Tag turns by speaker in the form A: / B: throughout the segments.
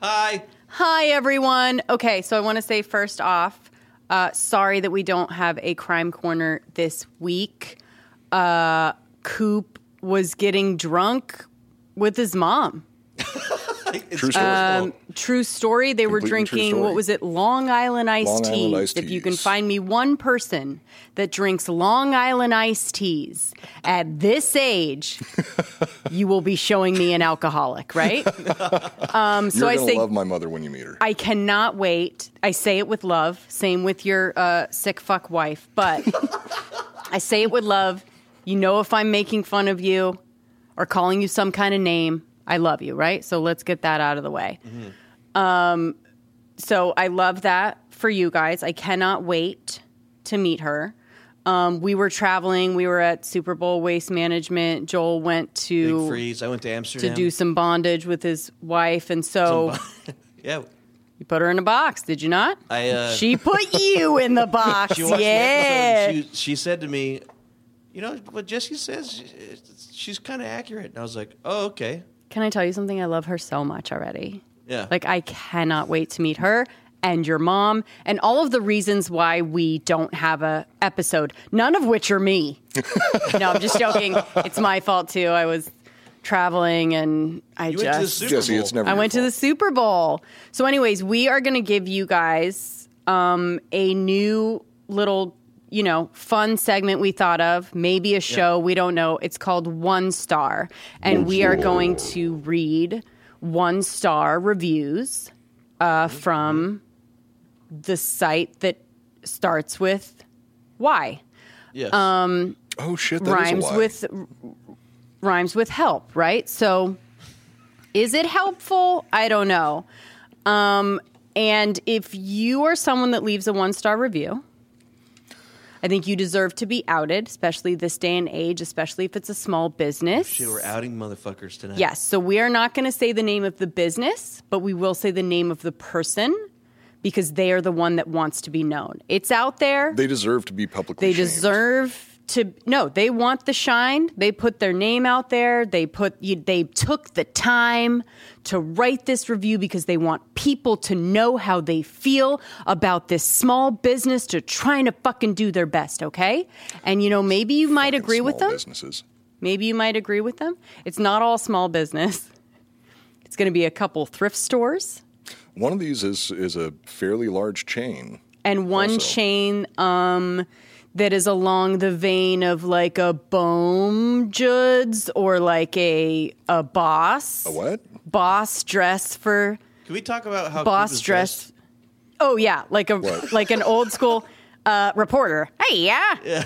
A: Hi.
B: Hi, everyone. Okay, so I want to say first off, uh, sorry that we don't have a crime corner this week. Uh, Coop was getting drunk with his mom.
A: It's
C: True story.
B: Um,
A: George's fault.
B: True story. They were
C: Completely true
B: drinking,
C: story.
B: what was it, Long Island iced
C: Long
B: tea.
C: Island iced
B: If you
C: teas.
B: can find me one person that drinks Long Island iced teas at this age, you will be showing me an alcoholic, right? um, so
C: You're
B: I
C: gonna
B: say,
C: love my mother when you meet her.
B: I cannot wait. I say it with love. Same with your uh, sick fuck wife, but I say it with love. You know, if I'm making fun of you or calling you some kind of name, I love you, right? So let's get that out of the way. Um,
A: Mm-hmm.
B: so I love that for you guys. I cannot wait to meet her. Um, we were traveling. We were at Super Bowl Waste Management. Joel went
A: Big
B: to
A: freeze. I went to
B: to
A: Amsterdam.
B: do some bondage with his wife, and so.
A: Yeah.
B: You put her in a box, did you not?
A: I, uh,
B: she put you in the box.
A: She watched the
B: yeah.
A: episode and she, she said to me, You know, what Jesse says, it's- she's kind of accurate. And I was like, Oh, okay.
B: Can I tell you something? I love her so much already.
A: Yeah.
B: Like I cannot wait to meet her and your mom and all of the reasons why we don't have a episode. None of which are me. no, I'm just joking. It's my fault too. I was traveling and I
A: You
B: just
A: went to the Super
C: Jesse,
A: Bowl.
C: it's never.
B: I
C: your
B: went to the
C: fault.
B: Super Bowl. So, anyways, we are going to give you guys um, a new little, you know, fun segment we thought of, maybe a show, we don't know. It's called One Star. And we are going to read one star reviews uh, from the site that starts with Y
A: Yes.
B: Um,
C: Oh shit! that is a
B: rhymes
C: lie.
B: with rhymes with help, right? So is it helpful? I don't know. Um, and if you are someone that leaves a one star review, I think you deserve to be outed, especially this day and age, especially if it's a small business.
A: Shit, we're outing motherfuckers tonight.
B: Yes. So we are not going to say the name of the business, but we will say the name of the person because they are the one that wants to be known. It's out there.
C: They deserve to be publicly.
B: They
C: shamed.
B: deserve to no. They want the shine. They put their name out there. They put you, they took the time to write this review because they want people to know how they feel about this small business to trying to fucking do their best. Okay, and you know maybe you might agree with
C: Small
B: them.
C: Businesses.
B: Maybe you might agree with them. It's not all small business. It's going to be a couple thrift stores
C: One of these is is a fairly large chain.
B: and one
C: Also.
B: chain um that is along the vein of like a Bohm Juds or like a a boss.
C: A what?
B: Boss dress for
A: Can we talk about how Coop
B: boss
A: is
B: dress.
A: dressed?
B: Oh yeah, like a
C: What?
B: like an old school uh reporter. Hey yeah.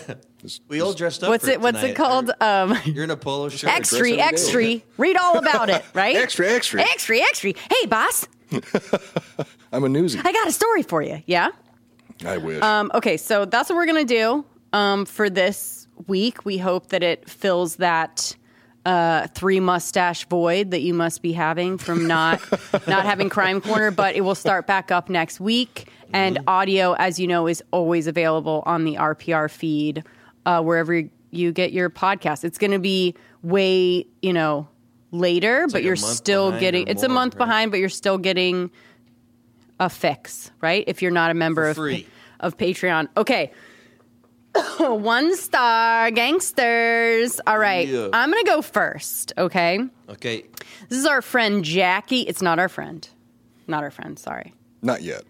A: We all dressed up.
B: what's
A: for
B: it what's it
A: tonight.
B: called? Um
A: You're in a polo shirt.
C: every
B: extra
C: day.
B: extra. Read all about it, right?
C: Extra, extra.
B: Extra extra. Hey boss,
C: I'm a newsie.
B: I got a story for you. Yeah?
C: I wish.
B: Um, okay, so that's what we're gonna do um, for this week. We hope that it fills that uh, three mustache void that you must be having from not not having Crime Corner. But it will start back up next week, and
A: Mm-hmm.
B: audio, as you know, is always available on the RPR feed uh, wherever you get your podcast. It's gonna be way you know later, but
A: like a
B: you're
A: month
B: still
A: behind
B: getting.
A: or
B: It's a
A: more,
B: month
A: right?
B: behind, but you're still getting a fix, right? If you're not a member
A: For
B: of
A: free.
B: of Patreon. Okay. One star gangsters. All right.
A: Yeah.
B: I'm going to go first, okay?
A: Okay.
B: This is our friend Jackie. It's not our friend. Not our friend, sorry.
C: Not yet.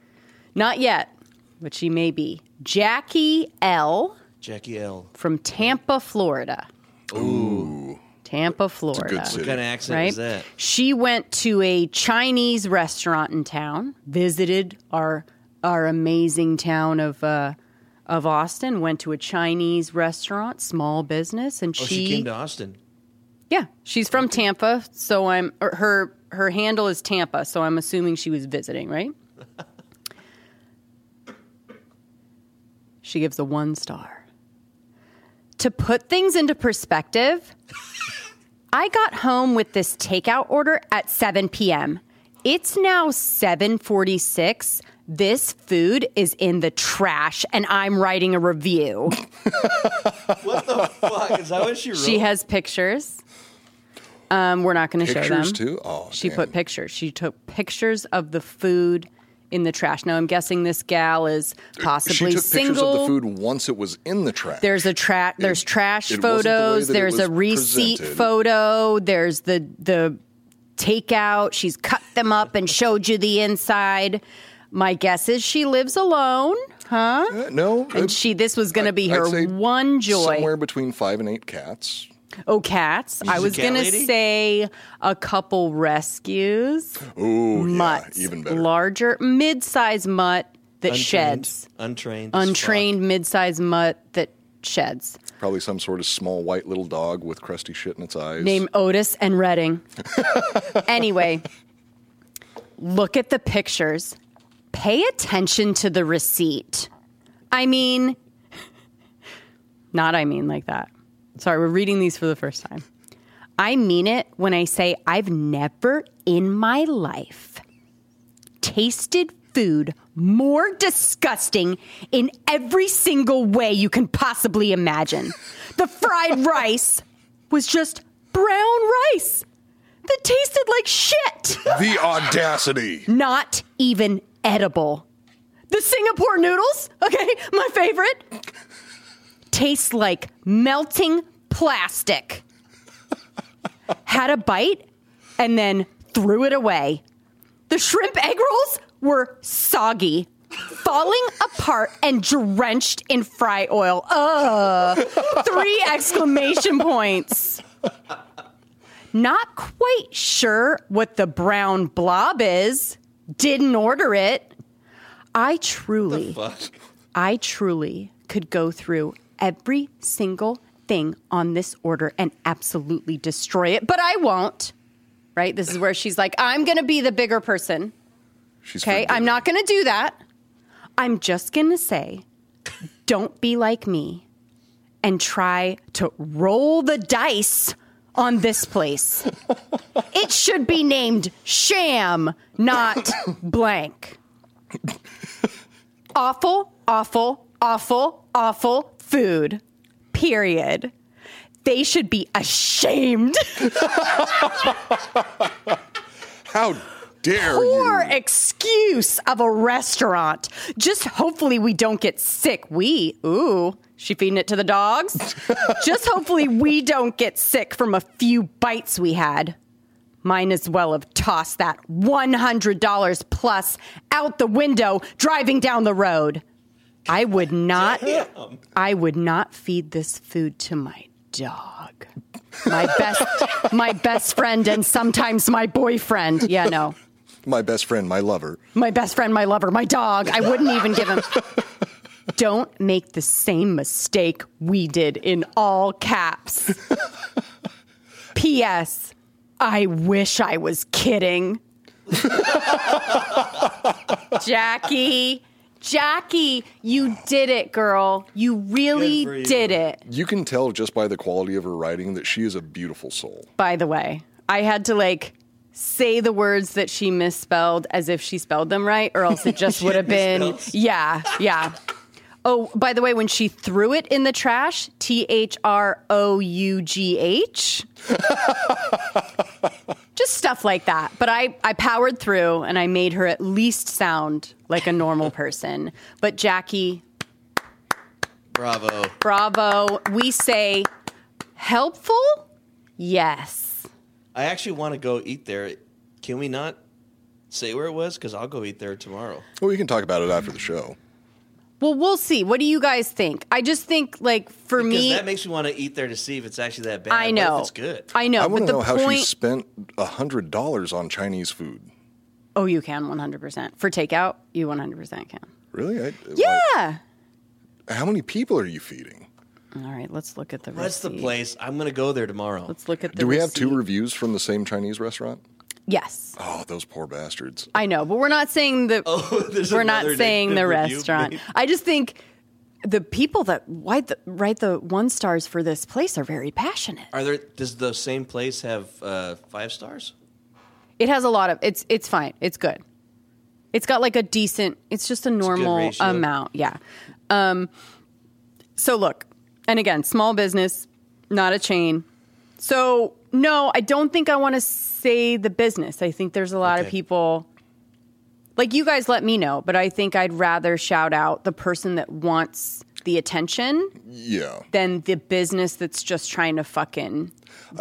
B: Not yet, but she may be. Jackie L
A: Jackie L.
B: from Tampa, Florida.
C: Ooh.
B: Tampa, Florida.
C: city.
A: What kind of accent
B: right?
A: is that?
B: She went to a Chinese restaurant in town, visited our our amazing town of uh, of Austin, went to a Chinese restaurant, small business, and
A: Oh, she, came to Austin.
B: yeah, she's from Tampa, so I'm or her her handle is Tampa, so I'm assuming she was visiting, right? she gives a one star. To put things into perspective, I got home with this takeout order at 7 p.m. It's now 7:46. This food is in the trash and I'm writing a review.
A: What the fuck? Is that what she wrote?
B: She has pictures. Um, we're not going to show them.
C: Pictures too. Oh,
B: She
C: damn.
B: put pictures. She took pictures of the food in the trash. Now I'm guessing this gal is
C: She
B: possibly
C: took pictures
B: single.
C: of the food once it was in the trash.
B: There's a trash. There's trash
C: it wasn't the way
B: photos.
C: that it
B: There's a
C: was
B: receipt
C: presented.
B: photo. There's the the takeout. She's cut them up and showed you the inside. My guess is she lives alone, huh?
C: Uh, no.
B: And
C: it-
B: she this was going to be
C: I'd
B: her
C: say
B: one joy.
C: Somewhere between five and eight cats.
B: Oh, cats! I
A: a
B: was
A: cat
B: going to
A: lady?
B: say a couple rescues.
C: Ooh,
B: mutts,
C: yeah, even better.
B: larger, mid-sized mutt that sheds,
A: Untrained. as
B: untrained mid-sized mutt that sheds.
C: Probably some sort of small white little dog with crusty shit in its eyes.
B: Name Otis and Redding. anyway, look at the pictures. Pay attention to the receipt. I mean, not I mean like that. Sorry, we're reading these for the first time. I mean it when I say I've never in my life tasted food more disgusting in every single way you can possibly imagine. The fried rice was just brown rice that tasted like shit,
C: the audacity.
B: not even edible. The Singapore noodles, okay, my favorite, taste like melting plastic. Had a bite and then threw it away. The shrimp egg rolls were soggy, falling apart and drenched in fry oil. Ugh. Three exclamation points. Not quite sure what the brown blob is. Didn't order it. I truly.
A: fuck.
B: I truly could go through every single thing on this order and absolutely destroy it, but I won't. Right? This is where she's like, I'm going to be the bigger person.
C: She's
B: Okay. I'm
C: forgiven.
B: not going to do that. I'm just going to say, don't be like me and try to roll the dice on this place. it should be named Sham, not blank. awful, awful, awful, awful food. Period. They should be ashamed.
C: How dare
B: poor
C: you?
B: excuse of a restaurant. Just hopefully we don't get sick. We, ooh, she feeding it to the dogs. Just hopefully we don't get sick from a few bites we had. Might as well have tossed that $100 plus out the window driving down the road. I would not, I would not feed this food to my dog. My best, my best friend and sometimes my boyfriend. Yeah, no
C: My best friend, my lover.
B: my best friend, my lover, my dog. I wouldn't even give him. Don't make the same mistake we did in all caps. P.S. I wish I was kidding. Jackie, Jackie, you did it, girl. You
A: for
B: really
A: you.
B: did it.
C: You can tell just by the quality of her writing that she is a beautiful soul.
B: By the way, I had to like say the words that she misspelled as if she spelled them right, or else it just would have been.
A: misspells.
B: Yeah, yeah. Oh, by the way, when she threw it in the trash, T H R O U G H. Just stuff like that. But I, I powered through and I made her at least sound like a normal person. But Jackie,
A: Bravo.
B: bravo. We say helpful? Yes.
A: I actually want to go eat there. Can we not say where it was? Because I'll go eat there tomorrow.
C: Well, we can talk about it after the show.
B: Well, we'll see. What do you guys think? I just think, like, for
A: Because
B: me,
A: that makes me want to eat there to see if it's actually that bad.
B: I know
A: What if it's good.
B: I know.
C: I
B: but
C: want
B: the
C: to know how
B: point,
C: she spent hundred dollars on Chinese food.
B: oh, you can one hundred percent for takeout. You one hundred percent can.
C: Really? I,
B: Yeah.
C: like, how many people are you feeding?
B: All right. Let's look at the.
A: That's the
B: receipt.
A: place. I'm going to go there tomorrow.
B: Let's look at the.
C: Do we have two
B: receipt.
C: reviews from the same Chinese restaurant?
B: Yes,
C: Oh, those poor bastards.
B: I know, but we're not saying the.
A: There's
B: we're not
A: Oh, another
B: saying the
A: negative review,
B: restaurant.
A: maybe.
B: I just think the people that write the, write the one stars for this place are very passionate.
A: Are there? Does the same place have uh, five stars?
B: It has a lot of it's it's fine. It's good. It's got like a decent it's just a normal
A: ratio.
B: amount. Yeah. Um so look, and again, small business, not a chain. So No, I don't think I want to say the business. I think there's a lot of
A: Okay.
B: people like you guys let me know, but I think I'd rather shout out the person that wants the attention
C: Yeah.
B: than the business that's just trying to fucking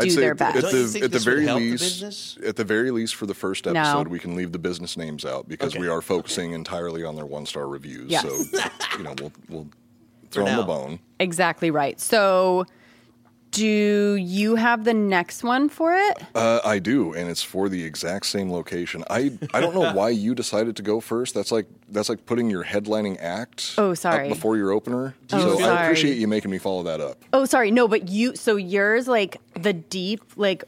B: do their
C: at the,
B: best.
C: at
A: Don't
C: the-
A: you think
C: at the
A: this would
C: very
A: help the
C: least,
A: business?
C: at the very least, for the first
B: No.
C: episode, we can leave the business names out because
A: Okay.
C: we are focusing entirely on their one-star reviews.
B: Yes.
C: So, you know, we'll we'll throw them a
A: now.
C: bone.
B: exactly right. So do you have the next one for it?
C: Uh, I do, and it's for the exact same location. I I don't know why you decided to go first. That's like that's like putting your headlining act.
B: Oh,
C: up
B: sorry.
C: before your opener.
B: you
C: so
A: feel-
C: I appreciate
B: Sorry.
C: you making me follow that up.
B: Oh, sorry. No, but you, so yours, like the deep, like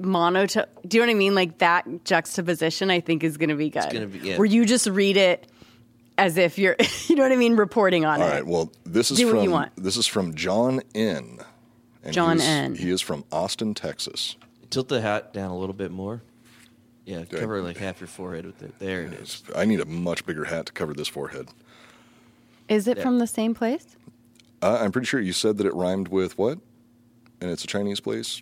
B: monotone, do you know what I mean? Like that juxtaposition, I think is going to be good.
A: gonna be- yeah.
B: Where you just read it as if you're, you know what I mean, reporting on
C: All
B: it.
C: right. Well, this is
B: Oh. Do
C: from
B: what you want.
C: this is from John N. And
B: John
C: he is-
B: N.
C: He is from Austin, Texas.
A: Tilt the hat down a little bit more. Yeah, cover like half your forehead with it. There it is.
C: I need a much bigger hat to cover this forehead.
B: Is it from the same place?
C: Uh, I'm pretty sure you said that it rhymed with what? And it's a Chinese place.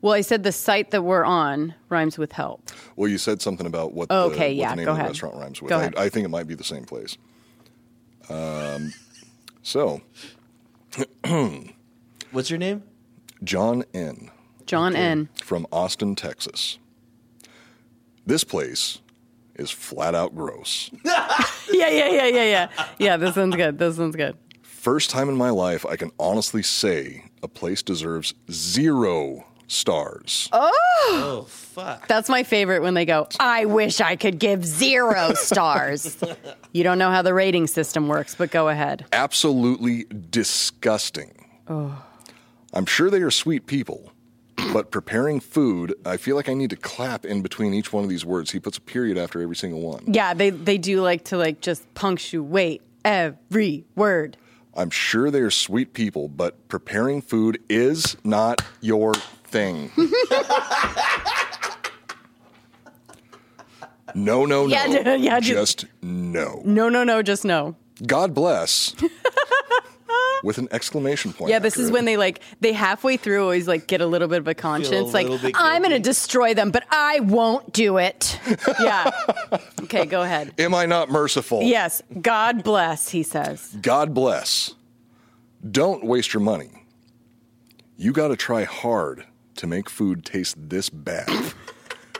B: Well, I said the site that we're on rhymes with help.
C: Well, you said something about what
B: Oh,
C: the,
B: okay,
C: what
B: yeah,
C: the name
B: go
C: of the
B: ahead.
C: restaurant rhymes with.
B: Go
C: I,
B: ahead.
C: I think it might be the same place. Um, so,
A: What's your name?
C: John N.
B: John N.
C: from Austin, Texas. This place is flat out gross.
B: Yeah, yeah, yeah, yeah, yeah. Yeah, this one's good. This one's good.
C: First time in my life, I can honestly say a place deserves zero stars.
A: Oh fuck.
B: That's my favorite when they go, I wish I could give zero stars. you don't know how the rating system works, but go ahead.
C: absolutely disgusting. I'm sure they are sweet people, but preparing food, I feel like I need to clap in between each one of these words. He puts a period after every single one.
B: Yeah, they they do like to like just punctuate every word.
C: I'm sure they are sweet people, but preparing food is not your thing. no, no,
B: Yeah,
C: no.
B: dude, yeah, dude.
C: just no.
B: No, no, no, just no.
C: God bless. With an exclamation point.
B: Yeah, this
C: after
B: is
C: it.
B: when they like they halfway through always like get a little bit of a conscience, like
A: little bit
B: I'm
A: guilty."
B: gonna destroy them, but I won't do it. Yeah. okay, go ahead.
C: Am I not merciful?
B: Yes, God bless, he says.
C: God bless. Don't waste your money. You got to try hard to make food taste this bad.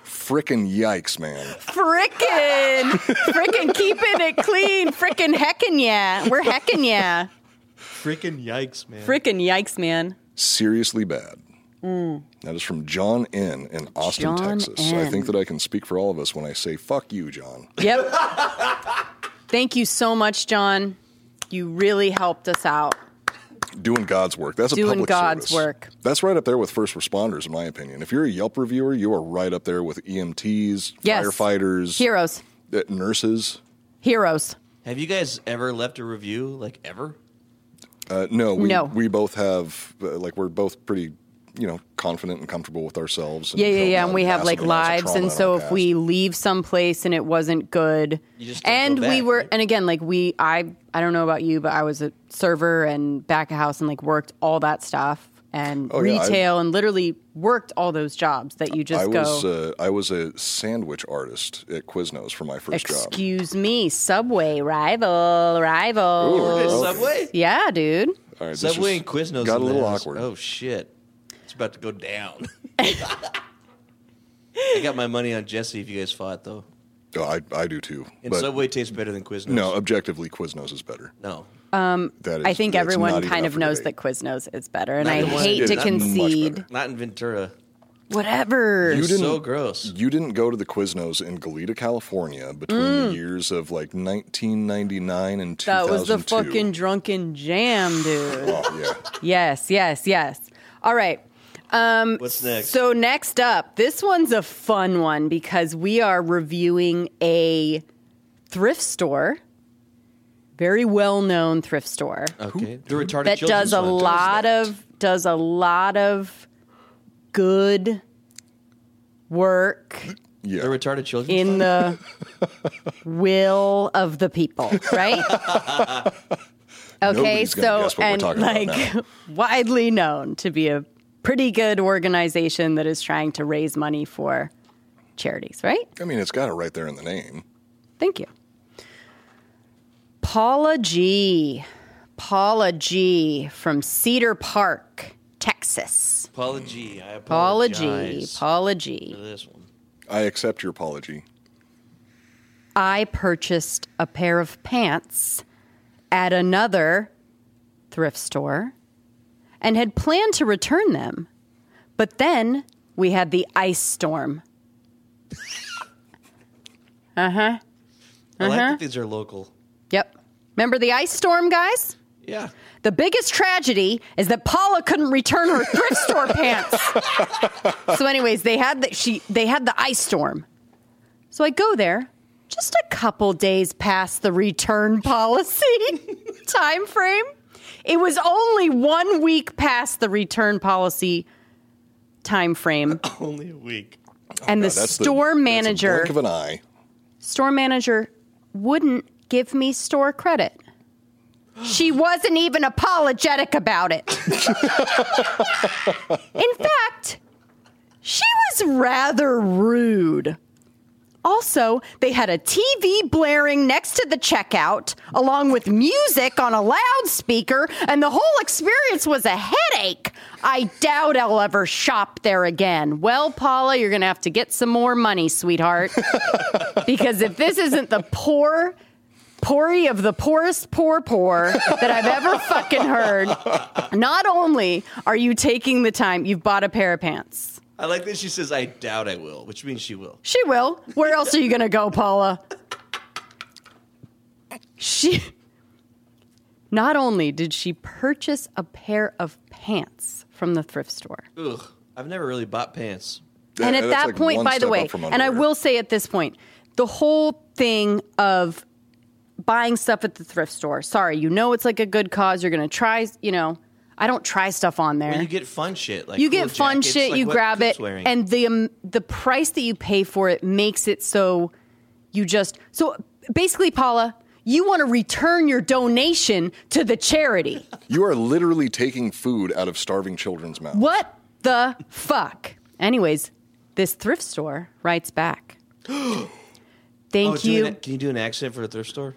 C: Frickin' yikes, man.
B: Frickin', frickin' keeping it clean, frickin' heckin' yeah, we're heckin' yeah,
A: Freaking yikes, man.
B: frickin' yikes, man.
C: Seriously bad. That is from John N. in Austin,
B: Mm. John
C: Texas. I
B: N.
C: think that I can speak for all of us when I say, fuck you, John.
B: Yep. Thank you so much, John. You really helped us out.
C: Doing God's work. That's a
B: Doing
C: public
B: God's
C: service.
B: work.
C: That's right up there with first responders, in my opinion. If you're a Yelp reviewer, you are right up there with EMTs,
B: Yes.
C: firefighters,
B: Heroes.
C: uh, nurses.
B: Heroes.
A: Have you guys ever left a review? Like ever?
C: Uh, no, we,
B: No.
C: we both have, uh, like, we're both pretty, you know, confident and comfortable with ourselves.
B: Yeah, yeah,
C: don't
B: yeah.
C: have
B: And we have
C: massive
B: like
C: amounts of
B: lives.
C: trauma in
B: And
C: our
B: so if
C: past.
B: we leave someplace and it wasn't good,
A: You just don't go
B: and we
A: back,
B: were,
A: right?
B: and again, like we, I, I don't know about you, but I was a server and back of house and like worked all that stuff and
C: Oh, yeah, I-
B: retail and literally worked all those jobs that you just
C: I
B: go,
C: was, uh, I was a sandwich artist at Quiznos for my first job.
B: excuse me, Subway rival,
C: Ooh,
B: rival.
C: Oh, okay.
A: Subway?
B: Yeah, dude.
C: All right, this
A: Subway
C: is-
A: and Quiznos
C: got a
A: in the
C: little
A: house.
C: awkward.
A: Oh shit, it's about to go down. I got my money on Jesse. If you guys fought though,
C: Oh, I, I do too.
A: and
C: but
A: Subway tastes better than Quiznos.
C: no, objectively, Quiznos is better.
A: no.
C: That is,
B: I think
C: that's not
B: everyone
C: even
B: kind
C: up
B: of
C: for
B: knows that
C: debate.
B: Quiznos is better, and
A: Not
B: I
A: even-
B: hate
A: It's
B: to
A: not much
B: concede.
C: better.
A: not in Ventura.
B: Whatever.
C: You didn't,
A: so gross.
C: You didn't go to the Quiznos in Goleta, California between the years of like 1999 and 2002.
B: Mm. that was the fucking drunken jam, dude.
C: Oh, yeah.
B: yes, yes, yes. All right.
A: What's next?
B: Mm, So next up, this one's a fun one because we are reviewing a thrift store, very well-known thrift store.
A: okay, Uh, the retarded
B: that
A: children's
B: does a
A: one.
B: lot of does a lot of good work
C: Yeah.
A: The retarded children's
B: in
A: fund?
B: the will of the people, right? okay,
C: Nobody's gonna
B: so
C: guess what we're
B: and
C: talking about
B: like widely known to be a pretty good organization that is trying to raise money for charities, right?
C: I mean, it's got it right there in the name.
B: Thank you. Paula G. Paula G. from Cedar Park, Texas.
A: Paula G. I
B: Paula
A: apologize
B: G. Paula G.
A: for this one.
C: I accept your apology.
B: I purchased a pair of pants at another thrift store and had planned to return them. But then we had the ice storm.
A: I like
B: Uh-huh.
A: that these are local.
B: Yep. Remember the ice storm, guys?
A: Yeah.
B: The biggest tragedy is that Paula couldn't return her thrift store pants. so, anyways, they had the, she they had the ice storm. So I go there, just a couple days past the return policy time frame. It was only one week past the return policy time frame,
A: Only a week.
B: and the
C: God, that's
B: store
C: that's a
B: manager
C: blink of an eye.
B: store manager wouldn't give me store credit. She wasn't even apologetic about it. In fact, she was rather rude. Also, they had a TV blaring next to the checkout, along with music on a loudspeaker, and the whole experience was a headache. I doubt I'll ever shop there again. Well, Paula, you're going to have to get some more money, sweetheart because if this isn't the poor Pory of the poorest poor poor that I've ever fucking heard. Not only are you taking the time, you've bought a pair of pants.
A: I like that she says, I doubt I will, which means she will.
B: She will. Where else are you gonna go, Paula? She not only did she purchase a pair of pants from the thrift store.
A: Ugh. I've never really bought pants.
B: and at
C: Yeah, that's
B: that
C: like
B: point,
C: one
B: by the
C: step
B: way,
C: up from
B: and I
C: underwear.
B: will say at this point, the whole thing of buying stuff at the thrift store. Sorry, you know it's like a good cause. You're gonna try. You know, I don't try stuff on there.
A: And you get fun shit. Like
B: You
A: cool
B: get fun
A: jackets,
B: shit.
A: like
B: you
A: what
B: grab
A: Coop's
B: it,
A: wearing.
B: and the um, the price that you pay for it makes it so you just so basically, Paula. You want to return your donation to the charity.
C: You are literally taking food out of starving children's mouths.
B: What the fuck? Anyways, this thrift store writes back.
A: oh,
B: Thank
A: do
B: you.
A: an- can you do an accent for a thrift store?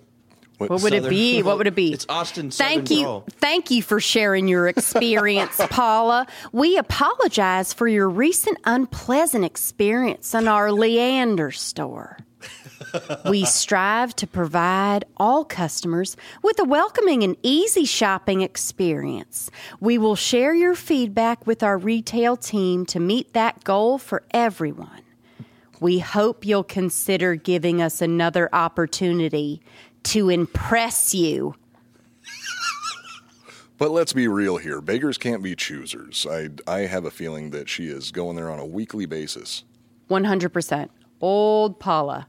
B: What would it
A: Southern-
B: be? What would it be?
A: It's Austin Southern
B: Thank you.
A: drawl.
B: Thank you for sharing your experience, Paula. We apologize for your recent unpleasant experience in our Leander store. we strive to provide all customers with a welcoming and easy shopping experience. We will share your feedback with our retail team to meet that goal for everyone. We hope you'll consider giving us another opportunity to impress you.
C: But let's be real here. Beggars can't be choosers. I, I have a feeling that she is going there on a weekly basis.
B: 100%. Old Paula.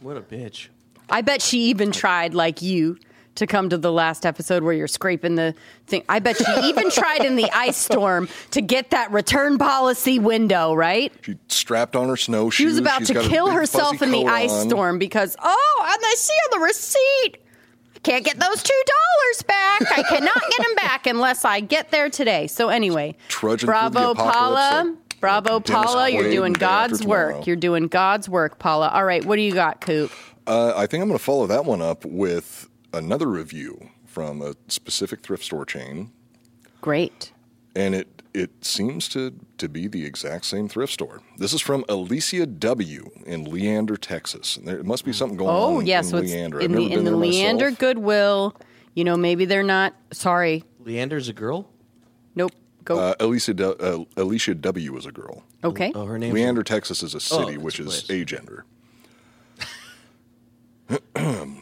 A: What a bitch.
B: I bet she even tried, like you, to come to the last episode where you're scraping the thing. I bet she even tried in the ice storm to get that return policy window, right?
C: She strapped on her snowshoes.
B: She was about
C: She's
B: to
C: got a
B: kill
C: big
B: herself
C: fuzzy
B: in the
C: coat
B: ice
C: on.
B: storm because, oh, and I see on the receipt, I can't get those $2 back. I cannot get them back unless I get there today. So, anyway,
C: Trudging through the
B: bravo,
C: apocalypse
B: Paula.
C: like-
B: Bravo,
C: like Dennis
B: Paula. You're
C: Quaid
B: doing
C: day after
B: God's
C: tomorrow.
B: work. You're doing God's work, Paula. All right, what do you got, Coop?
C: Uh, I think I'm going to follow that one up with another review from a specific thrift store chain,
B: Great.
C: and it it seems to to be the exact same thrift store. This is from Alicia W in Leander, Texas. And there must be something going
B: Oh,
C: on
B: yeah.
C: in
B: So it's
C: Leander. I've
B: in
C: never
B: the,
C: been
B: in the
C: there
B: Leander
C: myself.
B: Goodwill. You know, maybe they're not. Sorry.
A: Leander's a girl?
B: Nope. Go.
C: Uh, Alicia Do- uh, Alicia W is a girl.
B: okay.
A: Oh, her name.
C: Leander, Texas
B: Oh,
C: is a city,
A: that's
C: which
A: a
C: is
A: place.
C: agender.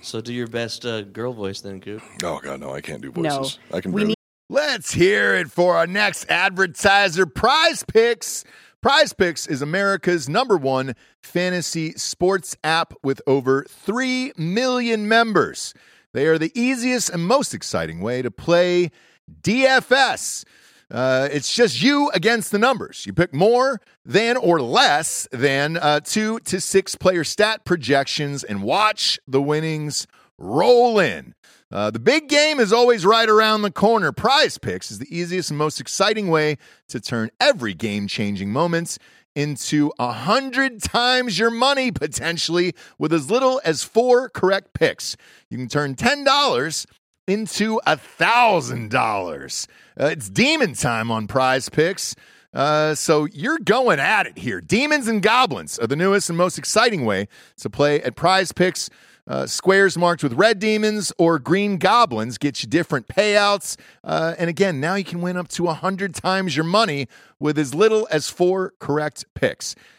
A: So do your best uh, girl voice then, Coop.
C: Oh God, no, I can't do
B: No.
C: voices. I can
B: We
C: barely.
B: need-
D: Let's hear it for our next advertiser, Prize Picks. Prize Picks is America's number one fantasy sports app with over 3 million members. They are the easiest and most exciting way to play DFS. Uh, it's just you against the numbers. You pick more than or less than uh, two to six player stat projections and watch the winnings roll in. Uh, the big game is always right around the corner. Prize picks is the easiest and most exciting way to turn every game changing moments into a hundred times your money potentially with as little as four correct picks. You can turn ten dollars into a thousand dollars. Uh, It's demon time on Prize Picks. Uh, so you're going at it here. Demons and goblins are the newest and most exciting way to play at Prize Picks. Uh, squares marked with red demons or green goblins get you different payouts. Uh, and again, now you can win up to 100 times your money with as little as four correct picks.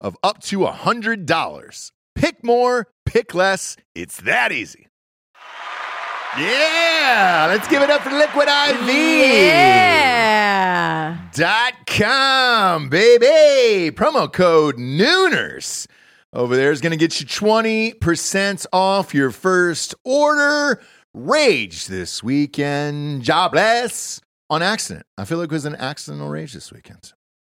D: of up to $100. Pick more, pick less. It's that easy. Yeah, let's give it up for Liquid IV.
B: Yeah.
D: Dot com, baby. Promo code Nooners over there is going to get you 20% off your first order. Rage this weekend. Jobless on accident. I feel like it was an accidental rage this weekend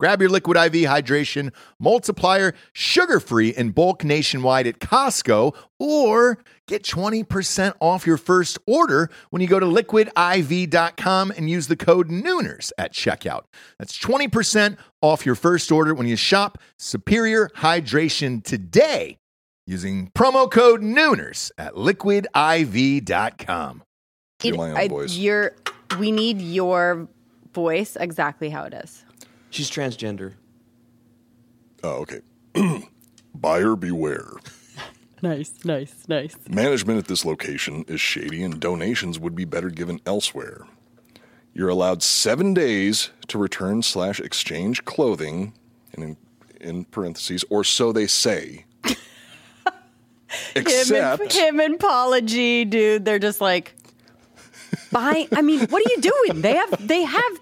D: Grab your Liquid IV hydration multiplier, sugar free in bulk nationwide at Costco, or get 20% off your first order when you go to liquidiv.com and use the code Nooners at checkout. That's 20% off your first order when you shop Superior Hydration today using promo code Nooners at liquidiv.com.
C: Do my own voice.
B: Your, we need your voice exactly how it is.
A: She's transgender.
C: Oh, okay. Buyer beware.
B: Nice, nice, nice.
C: Management at this location is shady and donations would be better given elsewhere. You're allowed seven days to return slash exchange clothing, and in, in parentheses, or so they say.
B: Him and,
C: Except,
B: him and Paula G, dude, they're just like, buy. I mean, what are you doing? They have, they have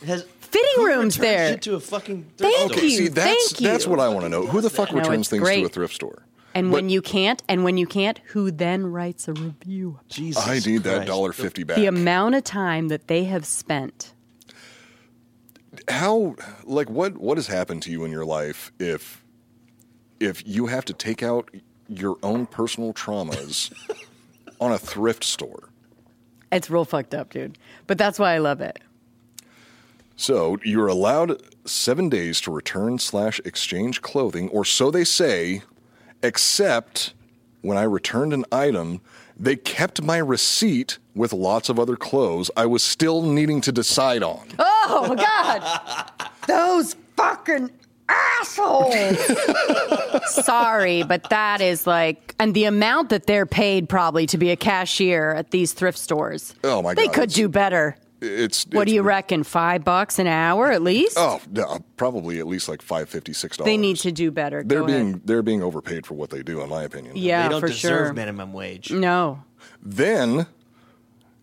A: It has
B: fitting
A: who
B: rooms
A: returns
B: there.
A: Shit to a fucking thrift
B: Thank
A: store?
B: you.
C: see, that's
B: Thank you.
C: that's what I want to know. Who the fuck
B: No,
C: returns
B: it's
C: things to
B: great.
C: a thrift store?
B: And
C: But-
B: when you can't, and when you can't, who then writes a review?
A: Jesus
C: I need that
A: Christ.
C: dollar fifty back.
B: The amount of time that they have spent.
C: how like what what has happened to you in your life if if you have to take out your own personal traumas on a thrift store?
B: It's real fucked up, dude. But that's why I love it.
C: So you're allowed seven days to return slash exchange clothing, or so they say, except when I returned an item, they kept my receipt with lots of other clothes I was still needing to decide on.
B: Oh God, those fucking assholes. Sorry, but that is like, and the amount that they're paid probably to be a cashier at these thrift stores.
C: Oh, my
B: they
C: God,
B: could
C: it's-
B: do better.
C: It's
B: What do
C: it's-
B: you reckon? Five bucks an hour at least.
C: Oh, no, probably at least like five fifty six dollars.
B: they need to do better.
C: They're
B: Go
C: being
B: ahead.
C: they're being overpaid for what they do, in my opinion.
B: yeah,
A: they don't
B: for
A: deserve
B: sure. Mm.
A: minimum wage.
B: No,
C: Then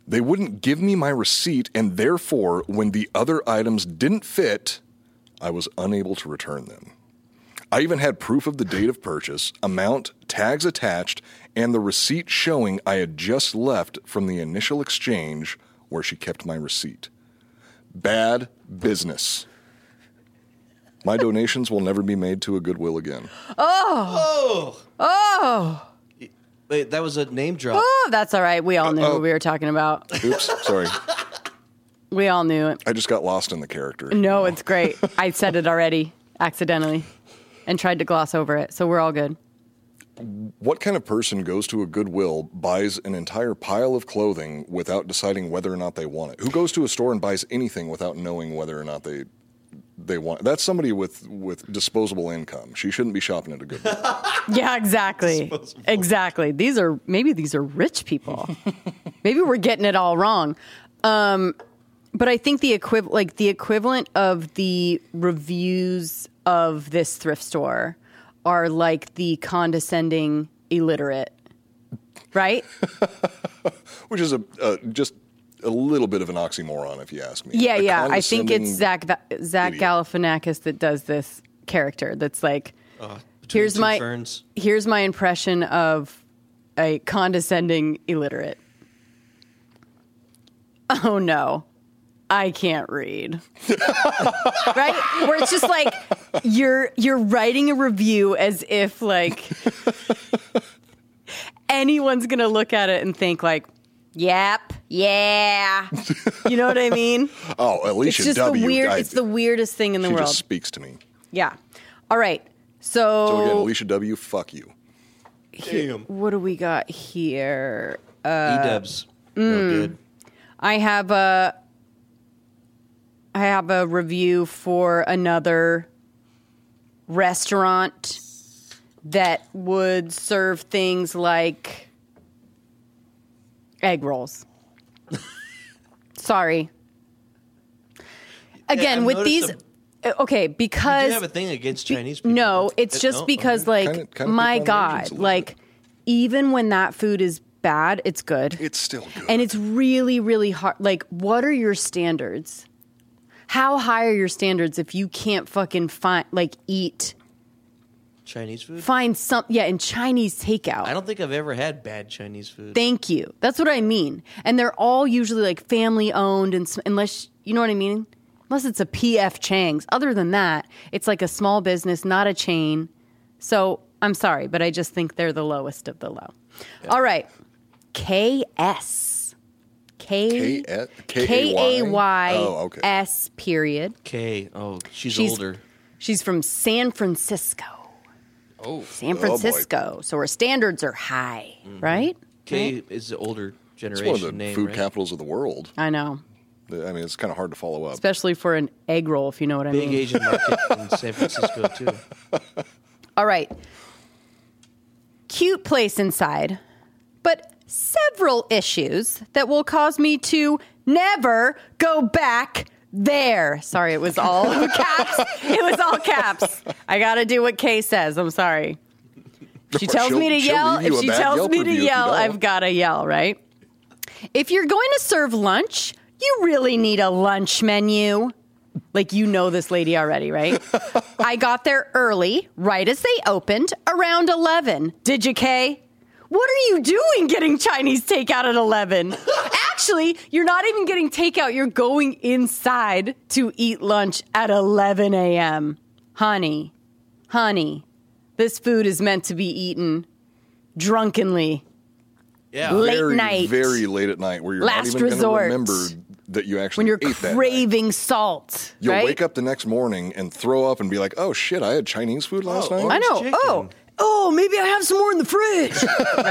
C: they wouldn't give me my receipt, and therefore, when the other items didn't fit, I was unable to return them. I even had proof of the date of purchase, amount, tags attached, and the receipt showing I had just left from the initial exchange where she kept my receipt. Bad business. My donations will never be made to a Goodwill again.
A: Oh. Oh. Wait, that was a name drop.
B: oh, that's all right. We all knew what we were talking about.
C: Oops, sorry.
B: We all knew it.
C: I just got lost in the character.
B: No, it's great. I said it already accidentally and tried to gloss over it. So we're all good.
C: What kind of person goes to a Goodwill, buys an entire pile of clothing without deciding whether or not they want it? Who goes to a store and buys anything without knowing whether or not they they want it? That's somebody with with disposable income. She shouldn't be shopping at a Goodwill.
B: Yeah, exactly. Exactly. These are maybe these are rich people. maybe we're getting it all wrong. Um, but I think the equiv- like the equivalent of the reviews of this thrift store are like the condescending illiterate, right?
C: Which is a, a just a little bit of an oxymoron if you ask me.
B: Yeah,
C: A
B: yeah. I think it's
C: condescending-
B: Zach Zach
C: idiot.
B: Galifianakis that does this character. That's like,
A: Between
B: Oh, here's
A: two
B: my
A: ferns.
B: here's my impression of a condescending illiterate. Oh no, I can't read. right? Where it's just like you're you're writing a review as if like anyone's gonna look at it and think like, yep, yeah. You know what I mean?
C: Oh,
B: It's
C: Alicia
B: just
C: W.
B: the weird.
C: I-
B: It's the weirdest thing in the
C: she
B: world.
C: just speaks to me.
B: yeah. All right. So,
C: So again, Alicia W. Fuck you.
A: Damn.
B: what do we got here? uh,
A: e dubs.
B: mm.
A: no good.
B: I have a. I have a review for another restaurant that would serve things like egg rolls. Sorry. Again,
A: I've
B: with these, uh,
A: noticed
B: okay,
A: Do
B: because
A: you have a thing against Chinese people?
B: No, it's
A: It-
B: just
A: no?
B: because like
C: Kinda- kinda
B: my
C: pick on Asians
B: god,
C: a little
B: like even when that food is bad, it's good.
C: It's still good.
B: and it's really really hard. Like what are your standards? How high are your standards if you can't fucking find like eat
A: Chinese food?
B: find some yeah, in Chinese takeout.
A: I don't think I've ever had bad Chinese food.
B: Thank you. That's what I mean. And they're all usually like family owned, and s- unless you know what I mean, unless it's a PF Chang's. Other than that, it's like a small business, not a chain. So I'm sorry, but I just think they're the lowest of the low. All right, KS. K
C: K- eh,
B: K
C: K-A-Y?
B: A
C: Oh,
B: Y
C: okay.
B: S period.
A: K. Oh, she's,
B: She's-
A: older.
B: She's from San Francisco.
A: Oh. Mm-hmm.
B: San Francisco. so her standards are high, right?
A: K is the older
C: It's
A: generation
C: one of the
A: name.
C: food
A: right?
C: capitals of the world.
B: I know.
C: I mean, it's kind of hard to follow up.
B: especially for an egg roll, if you know what I
A: Big
B: mean.
A: Asian market in San Francisco, too.
B: All right. Cute place inside, but several issues that will cause me to never go back there. Sorry, it was all caps. It was all caps. I got to do what Kay says. I'm sorry. If she
C: Or
B: tells
C: she'll-
B: me to
C: she'll
B: yell,
C: leave you
B: if
C: a
B: she
C: bad
B: tells
C: Yelp
B: me to
C: review if you
B: yell,
C: don't.
B: I've got to yell, right? If you're going to serve lunch, you really need a lunch menu. Like you know this lady already, right? I got there early, right as they opened, around 11. Did you, Kay? What are you doing getting Chinese takeout at 11? Actually, you're not even getting takeout. You're going inside to eat lunch at 11 a.m. Honey, honey, this food is meant to be eaten drunkenly.
A: Yeah.
B: Late
C: very,
B: night.
C: very late at night, where you're
B: Last
C: not even going to
B: resort.
C: remember that you actually
B: When you're
C: ate that. night.
B: craving salt,
C: You'll
B: right?
C: wake up the next morning and throw up and be like, "Oh shit, I had Chinese food last
A: Oh,
B: I
C: night."
A: It's
B: know.
A: chicken.
B: Oh, oh, maybe I have some more in the fridge,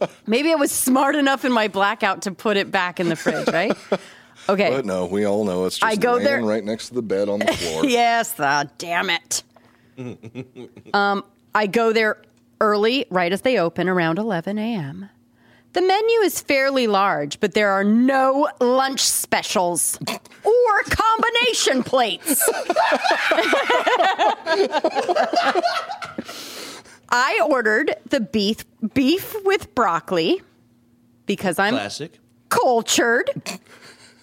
B: right? maybe I was smart enough in my blackout to put it back in the fridge, right? Okay.
C: But no, we all know it's just
B: I go
C: laying
B: there-
C: right next to the bed on the floor.
B: Yes, the damn it. um, I go there early, right as they open around 11 a.m. The menu is fairly large, but there are no lunch specials or combination plates. I ordered the beef beef with broccoli because I'm
A: Classic.
B: cultured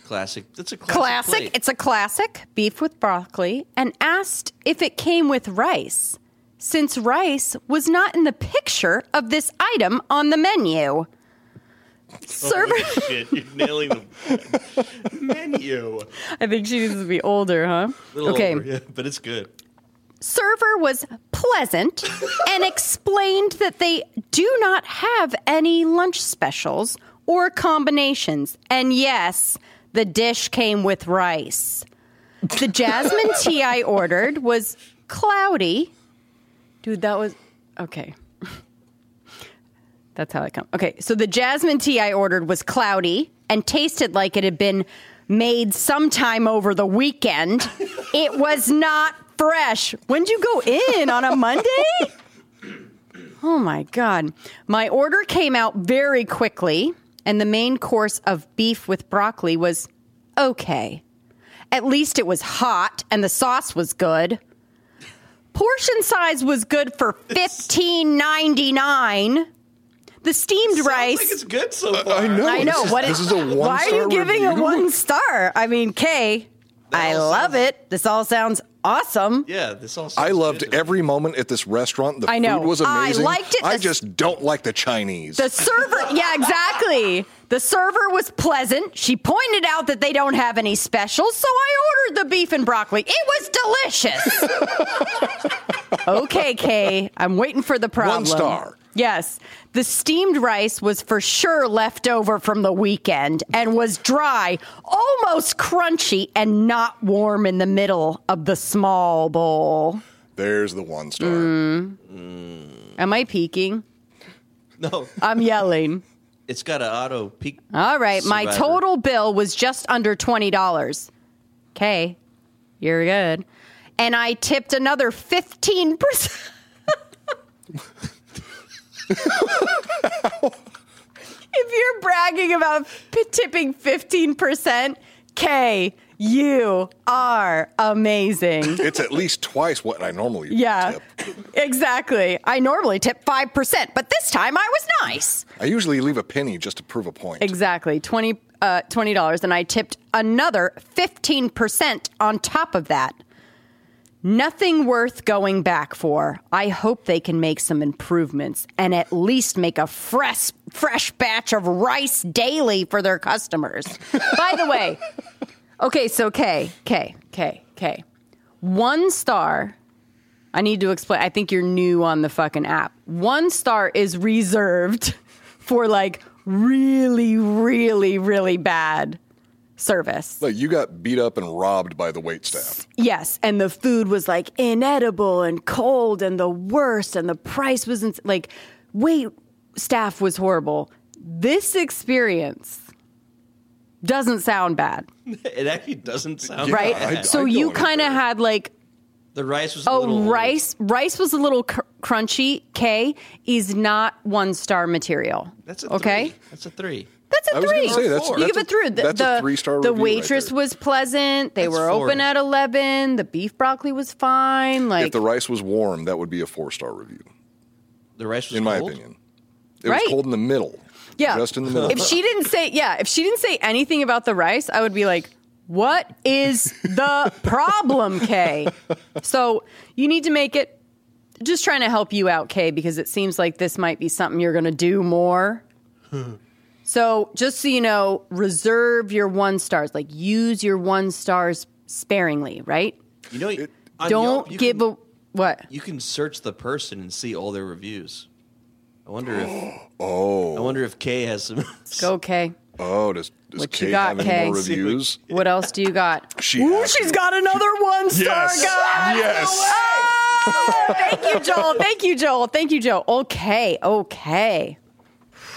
A: Classic. It's a classic.
B: classic.
A: plate.
B: It's a classic beef with broccoli, and asked if it came with rice, since rice was not in the picture of this item on the menu. Server,
A: Holy shit, you're nailing the menu.
B: I think she needs to be older, huh?
A: Little
B: okay.
A: over, yeah, but it's good.
B: Server was pleasant and explained that they do not have any lunch specials or combinations. And yes, the dish came with rice. The jasmine tea I ordered was cloudy. Dude, that was okay. That's how I come. Okay, so the jasmine tea I ordered was cloudy and tasted like it had been made sometime over the weekend. it was not fresh. When'd you go in on a Monday? Oh my God. My order came out very quickly, and the main course of beef with broccoli was okay. At least it was hot and the sauce was good. Portion size was good for fifteen ninety nine. The steamed rice.
A: Sounds like it's good so far.
C: I know.
B: I
C: this
B: know.
C: is-
B: what
C: this is a one
B: Why are you giving a
C: review?
B: one star? I mean, Kay, I
A: all
B: love
A: sounds-
B: it. This all sounds awesome.
A: Yeah, this all. sounds
C: I
A: good
C: loved
A: to me.
C: every moment at this restaurant. The
B: I know.
C: food was
B: I
C: amazing.
B: liked it.
C: I
B: The-
C: just don't like the Chinese.
B: The server, yeah, exactly. The server was pleasant. She pointed out that they don't have any specials, so I ordered the beef and broccoli. It was delicious. okay, Kay, I'm waiting for the problem.
C: star.
B: Yes. The steamed rice was for sure left over from the weekend and was dry, almost crunchy, and not warm in the middle of the small bowl.
C: There's the one star.
B: Mm. Am I peeking?
A: No,
B: I'm yelling.
A: it's got an auto peak.
B: All right, my
A: Survivor.
B: total bill was just under twenty dollars. Okay, you're good. And I tipped another fifteen percent. if you're bragging about p- tipping fifteen percent, Kay, you are amazing.
C: It's at least twice what I normally
B: Yeah,
C: tip.
B: exactly. I normally tip five percent, but this time I was nice.
C: I usually leave a penny just to prove a point.
B: Exactly. 20 uh, $20 and I tipped another 15% on top of that. Nothing worth going back for. I hope they can make some improvements and at least make a fresh fresh batch of rice daily for their customers. By the way, okay, so K, K, K, K. One star. I need to explain. I think you're new on the fucking app. One star is reserved for like really, really, really bad service.
C: Like you got beat up and robbed by the wait staff.
B: Yes, and the food was like inedible and cold and the worst, and the price wasn't like wait staff was horrible. This experience doesn't sound bad,
A: It actually doesn't sound
B: right?
C: I-
B: so
C: I
B: you
C: don't
B: kind of
C: either.
B: had like
A: The rice was. a
B: oh
A: little
B: rice rice was a little cr- crunchy. K is not one star material.
A: That's a
B: okay.
A: Three. That's a three.
B: That's a
C: I was
B: three.
C: gonna say, that's-
A: Four.
B: you
A: that's
B: give
C: a-
B: it through. The,
C: that's a
B: the-
C: three-star
B: The
C: review right
B: waitress
C: there.
B: was pleasant. They
A: That's
B: were
A: four.
B: open at eleven. The beef broccoli was fine. Like
C: if the rice was warm, that would be a four star review,
A: The rice was
C: in my
A: cold?
C: opinion. It
B: Right.
C: was cold in the middle.
B: Yeah.
C: Just in the middle.
B: If she didn't say, yeah, if she didn't say anything about the rice, I would be like, what is the problem, Kay? So you need to make it just
A: Hmm.
B: trying to help you out, Kay, because it seems like this might be something you're going to do more. So just so you know, reserve your one stars. Like use your one stars sparingly, right?
A: You know, on
B: Don't
A: Yelp, you
B: give
A: can,
B: a what?
A: You can search the person and see all their reviews. I wonder if I
C: Oh,
A: wonder if Kay has some.
B: Okay.
C: oh, does, does
B: What you
C: Kate
B: got,
C: have
B: Kay?
C: any more reviews?
B: What else do you got?
C: She
B: Ooh,
C: has
B: she's
C: to.
B: got another one star
C: Yes.
B: guy.
C: Yes.
B: Oh, thank you, Joel. Thank you, Joel. Thank you, Joel. Okay, okay.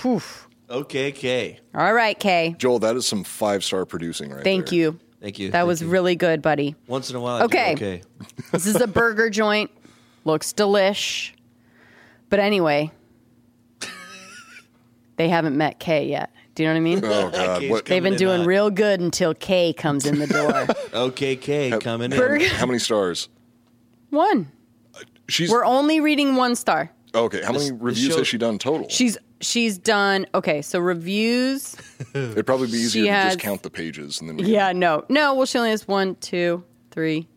B: Whew.
A: okay, Kay.
B: All right, Kay.
C: Joel, that is some five star producing right
B: Thank
C: there.
B: you.
A: Thank you.
B: That
A: Thank
B: was
A: you.
B: really good, buddy.
A: once in a while. I do
B: Okay.
A: okay.
B: This is a burger joint. Looks delish. But anyway, they haven't met Kay yet. Do you know what I mean?
C: Oh, God.
A: Kay's
C: What,
B: They've been
A: coming in
B: doing
A: hot.
B: real good until Kay comes in the door.
A: Okay, Kay coming in.
B: Burger-
C: how many stars?
B: one.
C: She's
B: We're only reading one star.
C: okay. How many
A: this
C: reviews
A: show-
C: has she done total?
B: She's she's done okay, so reviews.
C: It'd probably be easier
B: she
C: to
B: has-
C: just count the pages and then we
B: Yeah, no. No, well she only has one, two, three,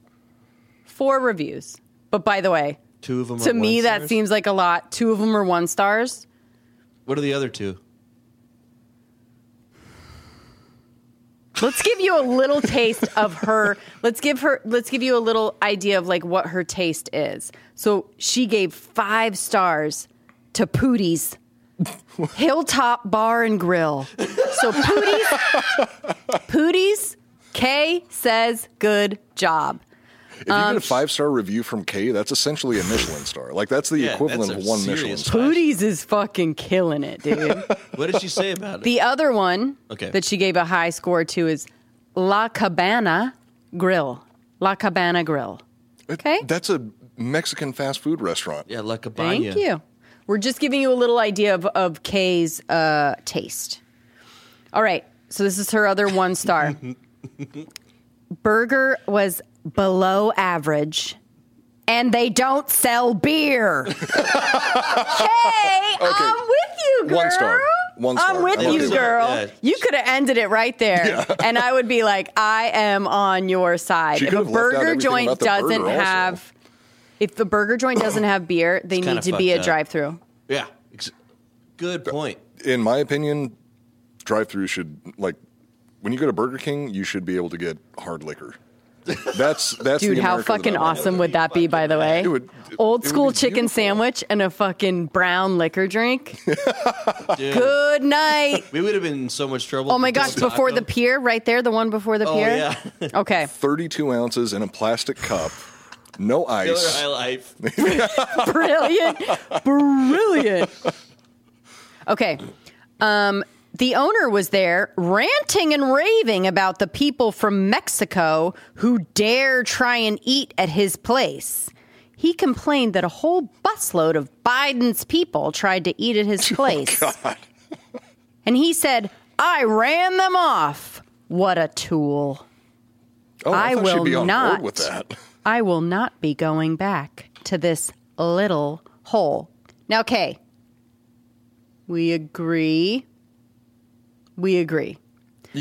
B: four reviews. But by the way,
A: Two of them.
B: to
A: are
B: me
A: one
B: that
A: stars?
B: seems like a lot. Two of them are one stars.
A: What are the other two?
B: Let's give you a little taste of her. Let's give her let's give you a little idea of like what her taste is. So she gave 5 stars to Pooties. Hilltop Bar and Grill. So Pooties Pooties Kay says good job.
C: If you
B: um,
C: get a five star review from Kay, that's essentially a Michelin star. Like that's the
A: Yeah, that's
C: equivalent
A: a
C: of one
A: serious
C: Michelin star.
A: five.
B: Pooties is fucking killing it, dude.
A: What did she say about it?
B: The other one
A: Okay.
B: that she gave a high score to is La Cabana Grill. La Cabana Grill. Okay.
C: That's a Mexican fast food restaurant.
A: yeah, La Cabana.
B: Thank you. We're just giving you a little idea of, of Kay's uh, taste. All right. So this is her other one star. Burger was below average. And they don't sell beer. hey, I'm with you, girl.
C: One star. One star.
B: I'm with
C: I'm okay
B: you,
C: with that.
B: girl.
A: Yeah.
B: You could have ended it right there, and I would be like, "I am on your side."
C: She
B: if
C: could
B: a
C: have left out
B: burger
C: everything
B: joint
C: about the burger
B: doesn't
C: also.
B: have, if the burger joint doesn't have beer, they
A: It's
B: need
A: kinda
B: to be
A: fucked
B: a
A: up.
B: drive-through.
A: Yeah. Ex- Good point.
C: In my opinion, drive through should like when you go to Burger King, you should be able to get hard liquor. That's that's
B: Dude,
C: the
B: how
C: America that
B: fucking
C: I want.
B: awesome would that be? By the way,
C: It would- it-
B: old
C: it would
B: school
C: be
B: chicken
C: beautiful.
B: sandwich and a fucking brown liquor drink.
A: Dude,
B: Good night.
A: We would have been in so much trouble.
B: Oh my
A: if we
B: gosh!
A: did
B: Before the
A: taco.
B: pier, right there, the one before the
A: Oh,
B: pier.
A: yeah.
B: Okay,
C: Thirty-two ounces in a plastic cup, no
A: Killer
C: ice.
A: High Life.
B: brilliant, brilliant. Okay. Um, the owner was there ranting and raving about the people from Mexico who dare try and eat at his place. He complained that a whole busload of Biden's people tried to eat at his place. And he said, I ran them off. What a tool.
C: Oh, I,
B: I
C: thought she'd
B: will
C: be on
B: not.
C: board with that.
B: I will not be going back to this little hole. Now, Kay, we agree. We agree.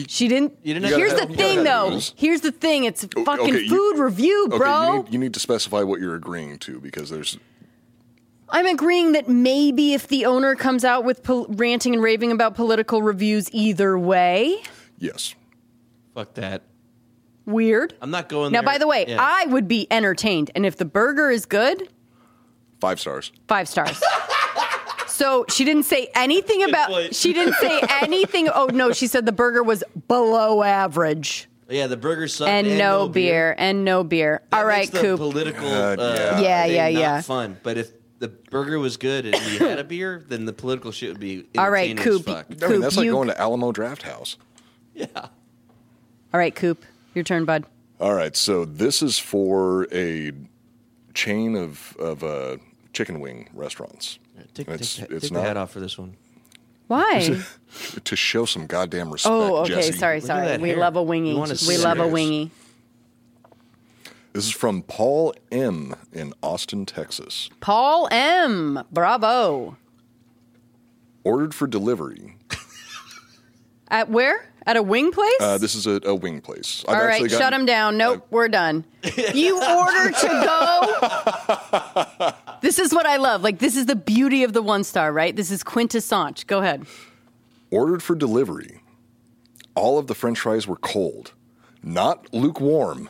B: She didn't.
A: you didn't have
B: here's
A: to-
B: the
A: you
C: gotta
B: thing,
C: have
B: though.
C: rules.
B: Here's the thing. It's
C: O-
B: fucking
C: okay, you-
B: food review,
C: Okay,
B: bro.
C: you need, you need to specify what you're agreeing to because there's
B: I'm agreeing that maybe if the owner comes out with pol- ranting and raving about political reviews, either way,
C: yes.
A: Fuck that.
B: weird.
A: I'm not going
B: now,
A: there.
B: by the way,
A: Yeah.
B: I would be entertained, and if the burger is good,
C: Five stars.
B: five stars. so she didn't say anything about.
A: point.
B: She didn't say anything. Oh no, she said the burger was below average
A: Yeah, the burger sucked.
B: and, no, beer. and no beer.
A: That
B: All right,
A: makes the
B: Coop.
A: Political.
C: God,
A: uh,
B: yeah. Yeah,
A: thing
B: yeah,
A: not
B: yeah.
A: Fun, but if the burger was good and we had a beer, then the political shit would be.
B: All right,
A: entertaining as
B: Coop.
A: fuck.
C: I mean,
B: Coop,
C: that's like
B: you-
C: going to Alamo Draft House.
A: Yeah.
B: All right, Coop. Your turn, bud.
C: All right, so this is for a chain of of uh, chicken wing restaurants.
A: Take,
C: It's-
A: take,
C: it's
A: take
C: not-
A: the hat off for this one.
B: Why?
C: To show some goddamn respect.
B: Oh, okay.
C: Jesse.
B: Sorry,
A: Look at
B: sorry.
A: that
B: We
A: hair.
B: love a wingy.
A: We
B: We,
A: wanna see
B: love a
C: this.
B: wingy.
C: This is from Paul M in Austin, Texas.
B: Paul M. Bravo.
C: Ordered for delivery.
B: At where? At a wing place?
C: Uh, this is a, a wing place. I've
B: All right,
C: actually
B: shut
C: gotten-
B: him down. Nope, we're done. You order to go. this is what I love. Like this is the beauty of the one star, right? This is quintessence. Go ahead.
C: Ordered for delivery. All of the french fries were cold, not lukewarm,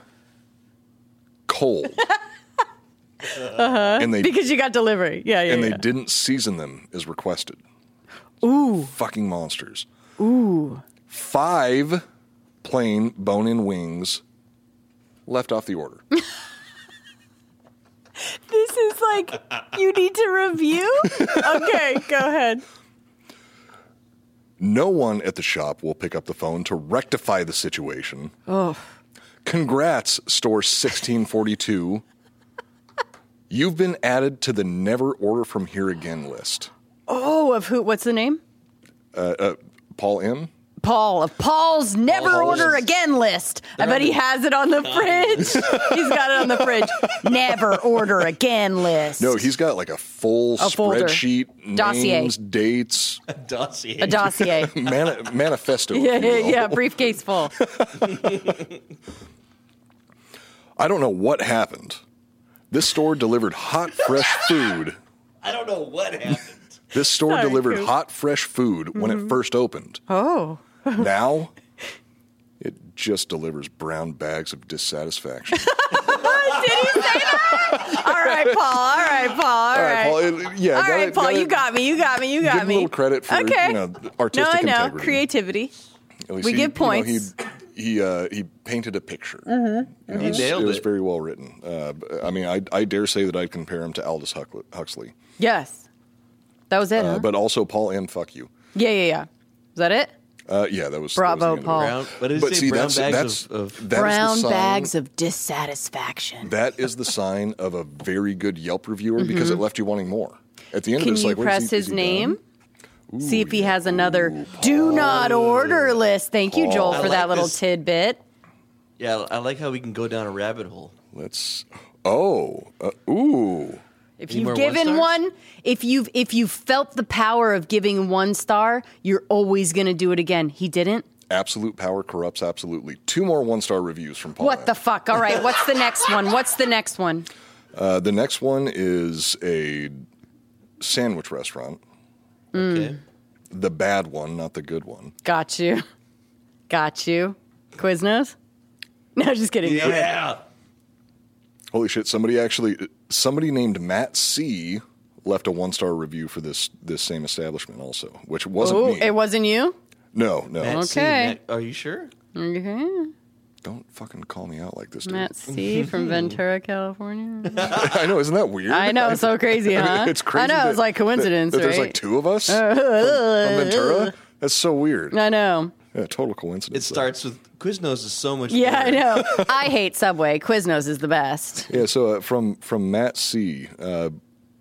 C: cold. And they
B: because you got delivery. Yeah, yeah.
C: and
B: yeah.
C: they didn't season them as requested. Ooh. Fucking monsters. Ooh. Five plain bone in wings left off the order.
B: This is like you need to review. Okay, go ahead.
C: no one at the shop will pick up the phone to rectify the situation. Oh. Congrats, store 1642. You've been added to the never order from here again list.
B: Oh, of who? What's the name?
C: Paul M.
B: Paul of Paul's Never
A: Paul's.
B: Order Again list. I bet he has it on the fridge. He's got it on the fridge. Never Order Again list.
C: No, he's got like a full
B: folder.
C: spreadsheet,
B: Dossier.
C: names, dates,
A: Dossier.
B: a dossier.
C: mani- manifesto. if
B: yeah,
C: you
B: yeah,
C: will.
B: yeah, briefcase full.
C: I don't know what happened. This store delivered hot, fresh food.
A: I don't know what happened.
C: This store
B: Sorry,
C: delivered
B: Coop.
C: hot, fresh food when it first opened.
B: Oh.
C: Now, it just delivers brown bags of dissatisfaction.
B: All right, Paul. All right, Paul. All right.
C: All right, Paul. it- yeah,
B: All right, Paul, you got me. You got me. You got
C: give him
B: me.
C: a little credit for,
B: okay.
C: you know, the
B: No,
C: artistic
B: I know.
C: integrity.
B: Creativity.
C: At least
B: we give points. Mm-hmm.
C: he he, uh, he painted a picture. You know,
A: He
C: it's-
A: nailed
C: it. was
A: it.
C: very well written. Uh, b- I mean, I, I dare say that I'd compare him to Aldous Huxley, Huxley.
B: Yes. That was it.
C: Uh,
B: huh?
C: but also Paul and fuck you.
B: yeah, yeah, yeah. Is that it?
C: Uh, yeah, that was that was
B: Bravo,
C: the end of it.
B: Paul.
A: Brown, what did it
C: But
A: say?
C: see,
A: brown
C: that's
A: bags
C: that's
A: of, of
C: that is the
B: Brown
C: sign-
B: bags of dissatisfaction.
C: That is the sign of a very good Yelp reviewer because it left you wanting more. At the
B: Mm-hmm. Can
C: end of it, it's
B: you
C: like, wait, is
B: press
C: he-
B: his
C: is he
B: name?
C: done?
B: See if he has another do not order list. Thank you, Joel,
A: I
B: for
A: like
B: that little
A: this.
B: tidbit.
A: yeah, I like how we can go down a rabbit hole.
C: Let's. Oh, uh, ooh.
B: If
A: Any
B: you've
A: more
B: given
A: one-stars?
B: one, if you've if you felt the power of giving one star, you're always gonna do it again. He didn't.
C: Absolute power corrupts absolutely. Two more one star reviews from Paul.
B: What the fuck? All right, what's the next one? What's the next one?
C: Uh, the next one is a sandwich restaurant.
B: Hmm.
A: Okay.
C: The bad one, not the good one.
B: Got you. Got you. Quiznos? No, just kidding.
A: Yeah.
C: Holy shit! Somebody actually, somebody named Matt C. left a one star review for this this same establishment also, which wasn't
B: Ooh,
C: me.
B: Oh, it wasn't you?
C: no, no.
A: Matt C,
B: Okay.
A: Matt- are you sure?
B: Okay.
C: Don't fucking call me out like this, dude.
B: Matt C from Ventura, California.
C: I know, isn't that weird?
B: I know, so crazy, huh?
C: it's crazy.
B: I know,
C: that-
B: it's like coincidence,
C: that- that
B: right?
C: There's like two of us from, from Ventura. That's so weird.
B: I know.
C: Yeah, total
A: It
C: coincidence. though.
A: starts with Quiznos is so much.
B: Yeah, I
A: better.
B: know. I hate Subway. Quiznos is the best.
C: Yeah, so uh, from from Matt C. Uh,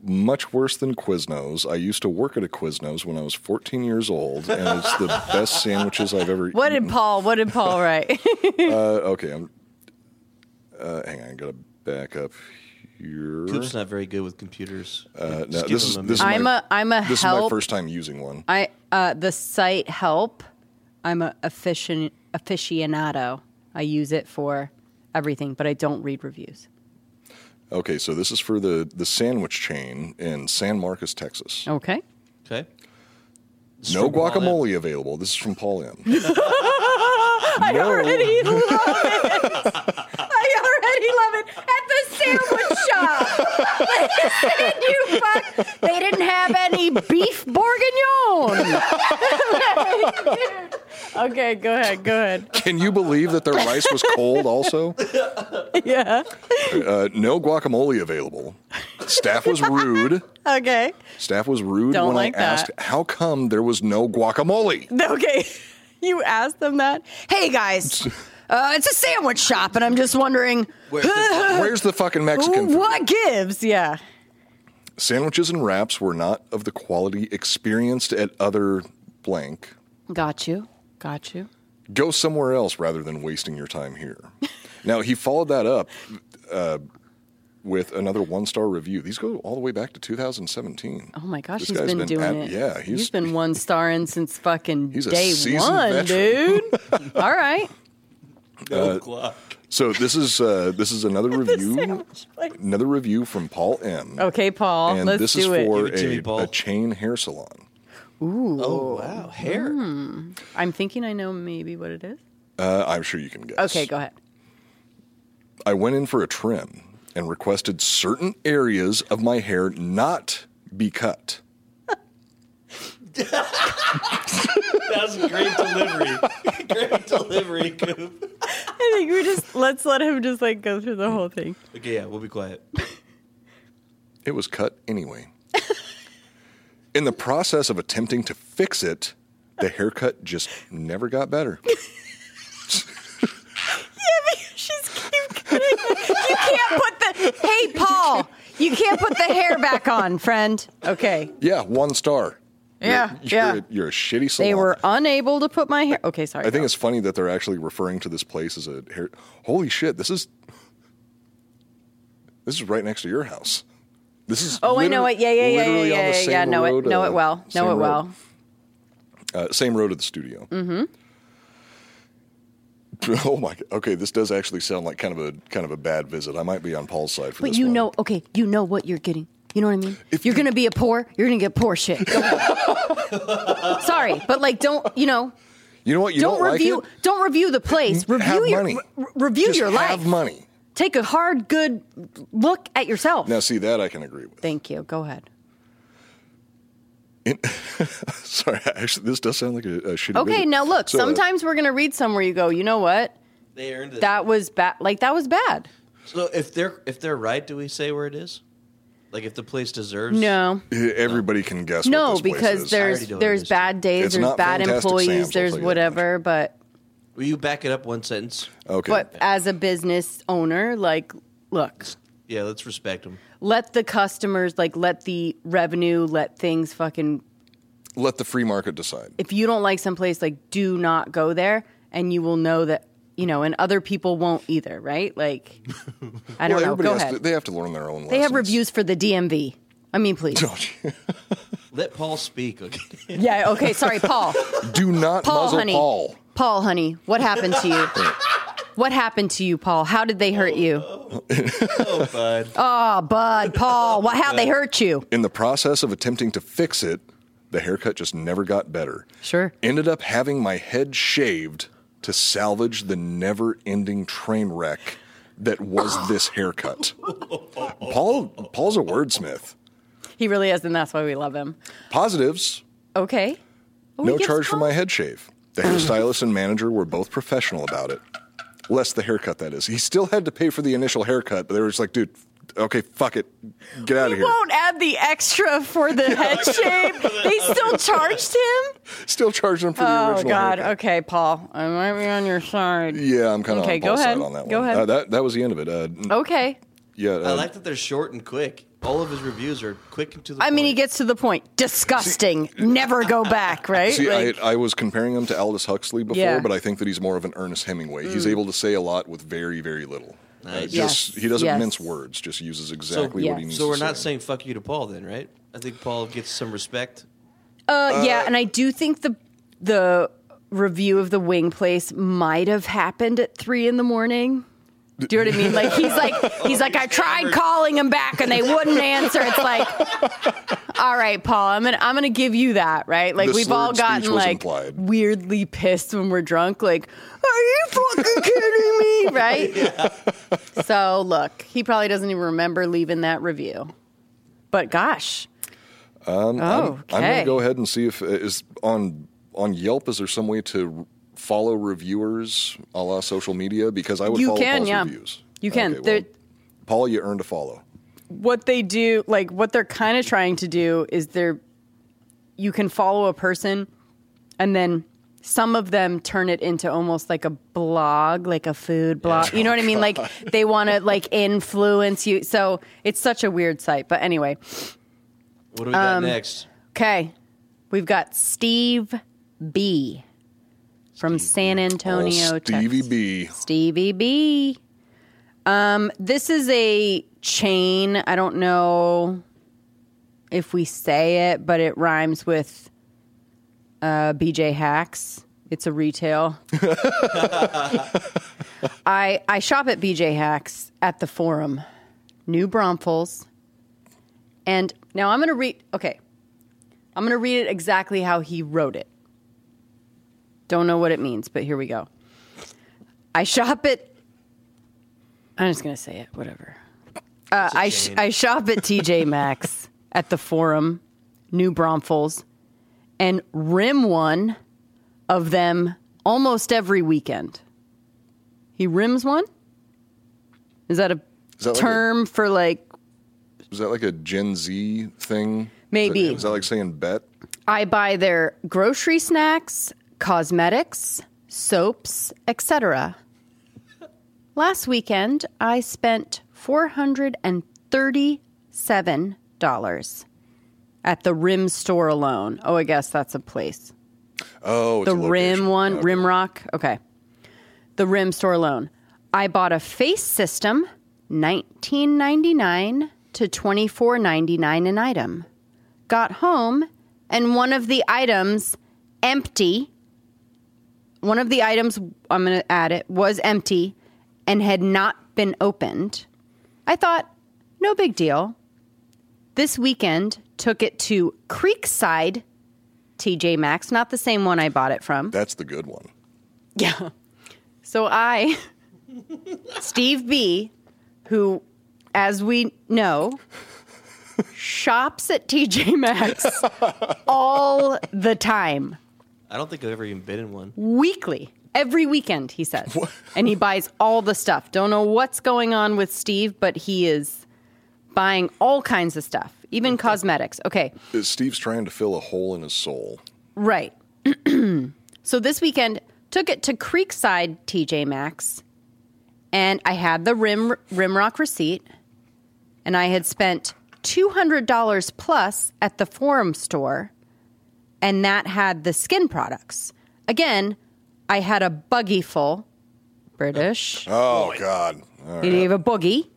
C: much worse than Quiznos. I used to work at a Quiznos when I was 14 years old, and it's the best sandwiches I've ever.
B: What
C: eaten.
B: did Paul? What did Paul write?
C: Uh, okay, I'm. Uh, hang on, I gotta back up here.
A: Coop's not very good with computers.
C: Uh, no,
A: Just give
C: this is
A: him
C: this is
A: minute.
B: I'm
C: my,
B: a I'm a
C: this is my
B: help.
C: first time using one.
B: I uh, the site help. I'm a aficion, aficionado. I use it for everything, but I don't read reviews.
C: Okay, so this is for the the sandwich chain in San Marcos, Texas.
B: Okay.
A: okay. It's
C: No
A: from Paul M.
C: guacamole available. This is from Paul M. I no.
B: already love it. I already love it at the sandwich shop. Listen, you fuck. They didn't have any beef bourguignon. okay, go ahead. Go ahead.
C: Can you believe that their rice was cold also?
B: Yeah.
C: Uh, no guacamole available. Staff was rude.
B: Okay.
C: Staff was rude
B: Don't
C: when
B: like
C: I
B: that.
C: asked how come there was no guacamole.
B: Okay. You asked them that. Hey guys, uh, it's a sandwich shop, and I'm just wondering
A: Where's the-
C: Where's the fucking Mexican food?
B: what gives. Yeah.
C: Sandwiches and wraps were not of the quality experienced at other blank.
B: Got you. Got you.
C: Go somewhere else rather than wasting your time here. now he followed that up uh, with another one-star review. These go all the way back to 2017.
B: Oh my gosh,
C: This
B: he's
C: guy's
B: been,
C: been
B: doing
C: ab-
B: it.
C: yeah, he's-
B: he's been one starring since fucking
C: He's a
B: day
C: seasoned
B: one,
C: veteran.
B: dude. All right.
A: No guac.
C: So this is uh, this is another review,
B: sandwich place.
C: another review from Paul M.
B: Okay, Paul,
C: and
B: let's
C: this
B: do
C: is
B: it.
C: for
A: Give it to me,
C: a,
A: Paul.
C: a chain hair salon.
B: Ooh.
A: Oh wow, hair.
B: I'm thinking I know maybe what it is.
C: Uh, I'm sure you can guess.
B: Okay, go ahead.
C: I went in for a trim and requested certain areas of my hair not be cut.
A: That was great delivery. great delivery, Coop.
B: I think we just let's let him just like go through the whole thing.
A: Okay, yeah, we'll be quiet.
C: It was cut anyway. in the process of attempting to fix it, the haircut just never got better.
B: She's keep cutting it. You can't put the hey Paul. You can't put the hair back on, friend. Okay.
C: Yeah, one star.
B: Yeah,
C: You're,
B: yeah.
C: a- you're a shitty salon.
B: They were unable to put my hair. Okay, sorry.
C: I think
B: go.
C: it's funny that they're actually referring to this place as a hair. Holy shit! This is this is right next to your house. This is
B: Oh, I
C: liter-
B: know it. Yeah, yeah, yeah, yeah,
C: literally
B: yeah,
C: on the
B: yeah, yeah.
C: same
B: Know it,
C: road,
B: know
C: uh,
B: it well,
C: same
B: know it
C: road.
B: well.
C: Uh, same road to the studio. Mm-hmm. Oh my. God. Okay, this does actually sound like kind of a kind of a bad visit. I might be on Paul's side for
B: But
C: this.
B: you
C: one.
B: know, okay, you know what you're getting. You know what I mean?
C: If
B: you're
C: you-
B: gonna be a poor, you're gonna get poor shit. Go ahead. Sorry, but like, don't you know?
C: you know what? You
B: don't,
C: don't,
B: review.
C: Like it? Mm-hmm.
B: don't review the place. Review
C: have
B: your
C: money.
B: re- review
C: Just
B: your life.
C: Have money.
B: Take a hard, good look at yourself.
C: Now, see that I can agree with.
B: Thank you. Go ahead.
C: In- Sorry, actually, this does sound like a, a shitty.
B: Okay,
C: visit.
B: now look.
C: So, uh,
B: sometimes we're gonna read somewhere you go. You know what?
A: They earned it.
B: That was bad. Like that was bad.
A: so if they're if they're right, do we say where it is? Like if the place deserves?
B: No.
C: e-, everybody can guess.
B: No,
C: what this place
B: because
C: is.
B: there's
A: already know
B: there's
A: this.
B: bad days,
C: It's
B: there's
C: not
B: bad
C: Fantastic Sam's,
B: employees, there's
C: I'll tell you that
B: whatever. But
A: Will you back it up one sentence?
C: okay.
B: but as a business owner, like, look,
A: Yeah, let's respect them.
B: let the customers, like, let the revenue, let things fucking.
C: Let the free market decide.
B: If you don't like someplace, like, do not go there, and you will know that you know, and other people won't either, right? Like, I don't
C: well,
B: know.
C: everybody
B: Go
C: has
B: ahead.
C: To, they have to learn their own.
B: they have reviews for the DMV. I mean, please.
A: Let Paul speak. Okay.
B: yeah. Okay. Sorry, Paul.
C: Do not
B: Paul,
C: muzzle
B: honey.
C: Paul.
B: Paul, honey, what happened to you? What happened to you, Paul? How did they hurt you?
A: oh, bud.
B: Oh, bud, Paul, what, how they hurt you?
C: In the process of attempting to fix it, the haircut just never got better.
B: Sure.
C: Ended up having my head shaved to salvage the never-ending train wreck that was this haircut. Paul Paul's a wordsmith.
B: He really is, and that's why we love him.
C: Positives,
B: Okay. Oh, he
C: no
B: gets
C: charge for
B: Paul.
C: my head shave. The hairstylist and manager were both professional about it. Less the haircut that is. He still had to pay for the initial haircut, but they were just like, dude, okay, fuck it. Get out of
B: He
C: here.
B: won't add the extra for the head shape. They still charged him.
C: Still charging him for the
B: Oh
C: original
B: God.
C: haircut.
B: Okay, Paul. I might be on your side.
C: Yeah, I'm kind of
B: Okay,
C: on
B: go
C: Paul's
B: ahead.
C: side on that
B: Go
C: one.
B: ahead. Oh.
C: Uh, that that was the end of it. Uh, n-
B: Okay.
C: Yeah, uh,
B: Um,
A: I like that they're short and quick. All of his reviews are quick and to the
B: I mean, he
A: point.
B: gets to the point. Disgusting. Never go back. Right.
C: see,
B: Like,
C: I, I was comparing him to Aldous Huxley before,
B: Yeah. Mm.
C: but I think that he's more of an Ernest Hemingway. He's able to say a lot with very very little. Uh,
A: Nice.
C: just
B: Yes,
C: he doesn't
B: yes.
C: mince words. Just uses exactly what he
B: yes.
C: needs.
A: So
C: to
A: we're not
C: say.
A: saying fuck you to Paul then, right? I think Paul gets some respect.
B: Uh, yeah, and I do think the the review of the wing place might have happened at three in the morning. Do you know what I mean? Like he's like he's like I tried calling him back and they wouldn't answer. It's like, all right, Paul, I'm gonna I'm gonna give you that, right? Like
C: The
B: we've all
C: slurred speech
B: gotten
C: was
B: like
C: implied.
B: weirdly pissed when we're drunk. Like, are you fucking kidding me? Right? So look, he probably doesn't even remember leaving that review. But gosh, oh, okay.
C: I'm gonna go ahead and see if uh, is on on Yelp. Is there some way to r- follow reviewers a la social media? Because I would
B: You
C: follow
B: can,
C: Paul's
B: yeah.
C: reviews.
B: You can.
C: Okay,
B: There-
C: well, Paul, you earned a follow.
B: what they do, like what they're kind of trying to do is they're you can follow a person and then some of them turn it into almost like a blog, like a food blog. You know what I mean? Like they want to like influence you. So it's such a weird site. But anyway,
A: What do we
B: Um,
A: got next?
B: okay. We've got Steve B from San
C: Paul
B: Antonio,
C: Oh, Stevie
B: Texas.
C: B.
B: Stevie B. Um, this is a chain. I don't know if we say it, but it rhymes with uh, BJ Hacks. It's a retail. I I shop at BJ Hacks at the Forum, New Braunfels, and now I'm going to read. Okay, I'm going to read it exactly how he wrote it. Don't know what it means, but here we go. I shop at. I'm just going to say it, whatever. Uh, I, sh-
A: Jane.
B: I shop at TJ Maxx, at the Forum, New Braunfels, and rim one of them almost every weekend. He rims one? Is that a
C: Is that like a-
B: term for like
C: Is that like a Gen Z thing? Is that-
B: Maybe.
C: Is that like saying bet?
B: I buy their grocery snacks, cosmetics, soaps, etc. Last weekend, I spent $437 at the Rim store alone. Oh, I guess that's a place.
C: Oh, it's
B: The
C: a
B: Rim
C: location.
B: one,
C: Okay.
B: Rim Rock. Okay. The Rim store alone. I bought a face system, 19.99 to 24.99 an item. Got home and one of the items empty. One of the items I'm going to add it was empty and had not been opened. I thought, no big deal. This weekend took it to Creekside TJ Maxx, not the same one I bought it from.
C: That's the good one.
B: Yeah. So I, Steve B, who, as we know, shops at TJ Maxx all the time,
A: I don't think I've ever even been in one.
B: weekly, every weekend, he says. And he buys all the stuff. Don't know what's going on with Steve, but he is buying all kinds of stuff, even cosmetics. Okay.
C: Is Steve's trying to fill a hole in his soul.
B: Right. so this weekend took it to Creekside TJ Maxx and I had the Rim Rimrock receipt and I had spent $200 plus at the Forum store and that had the skin products. Again, I had a buggy full British.
C: Oh, God. All right.
B: You have a boogie.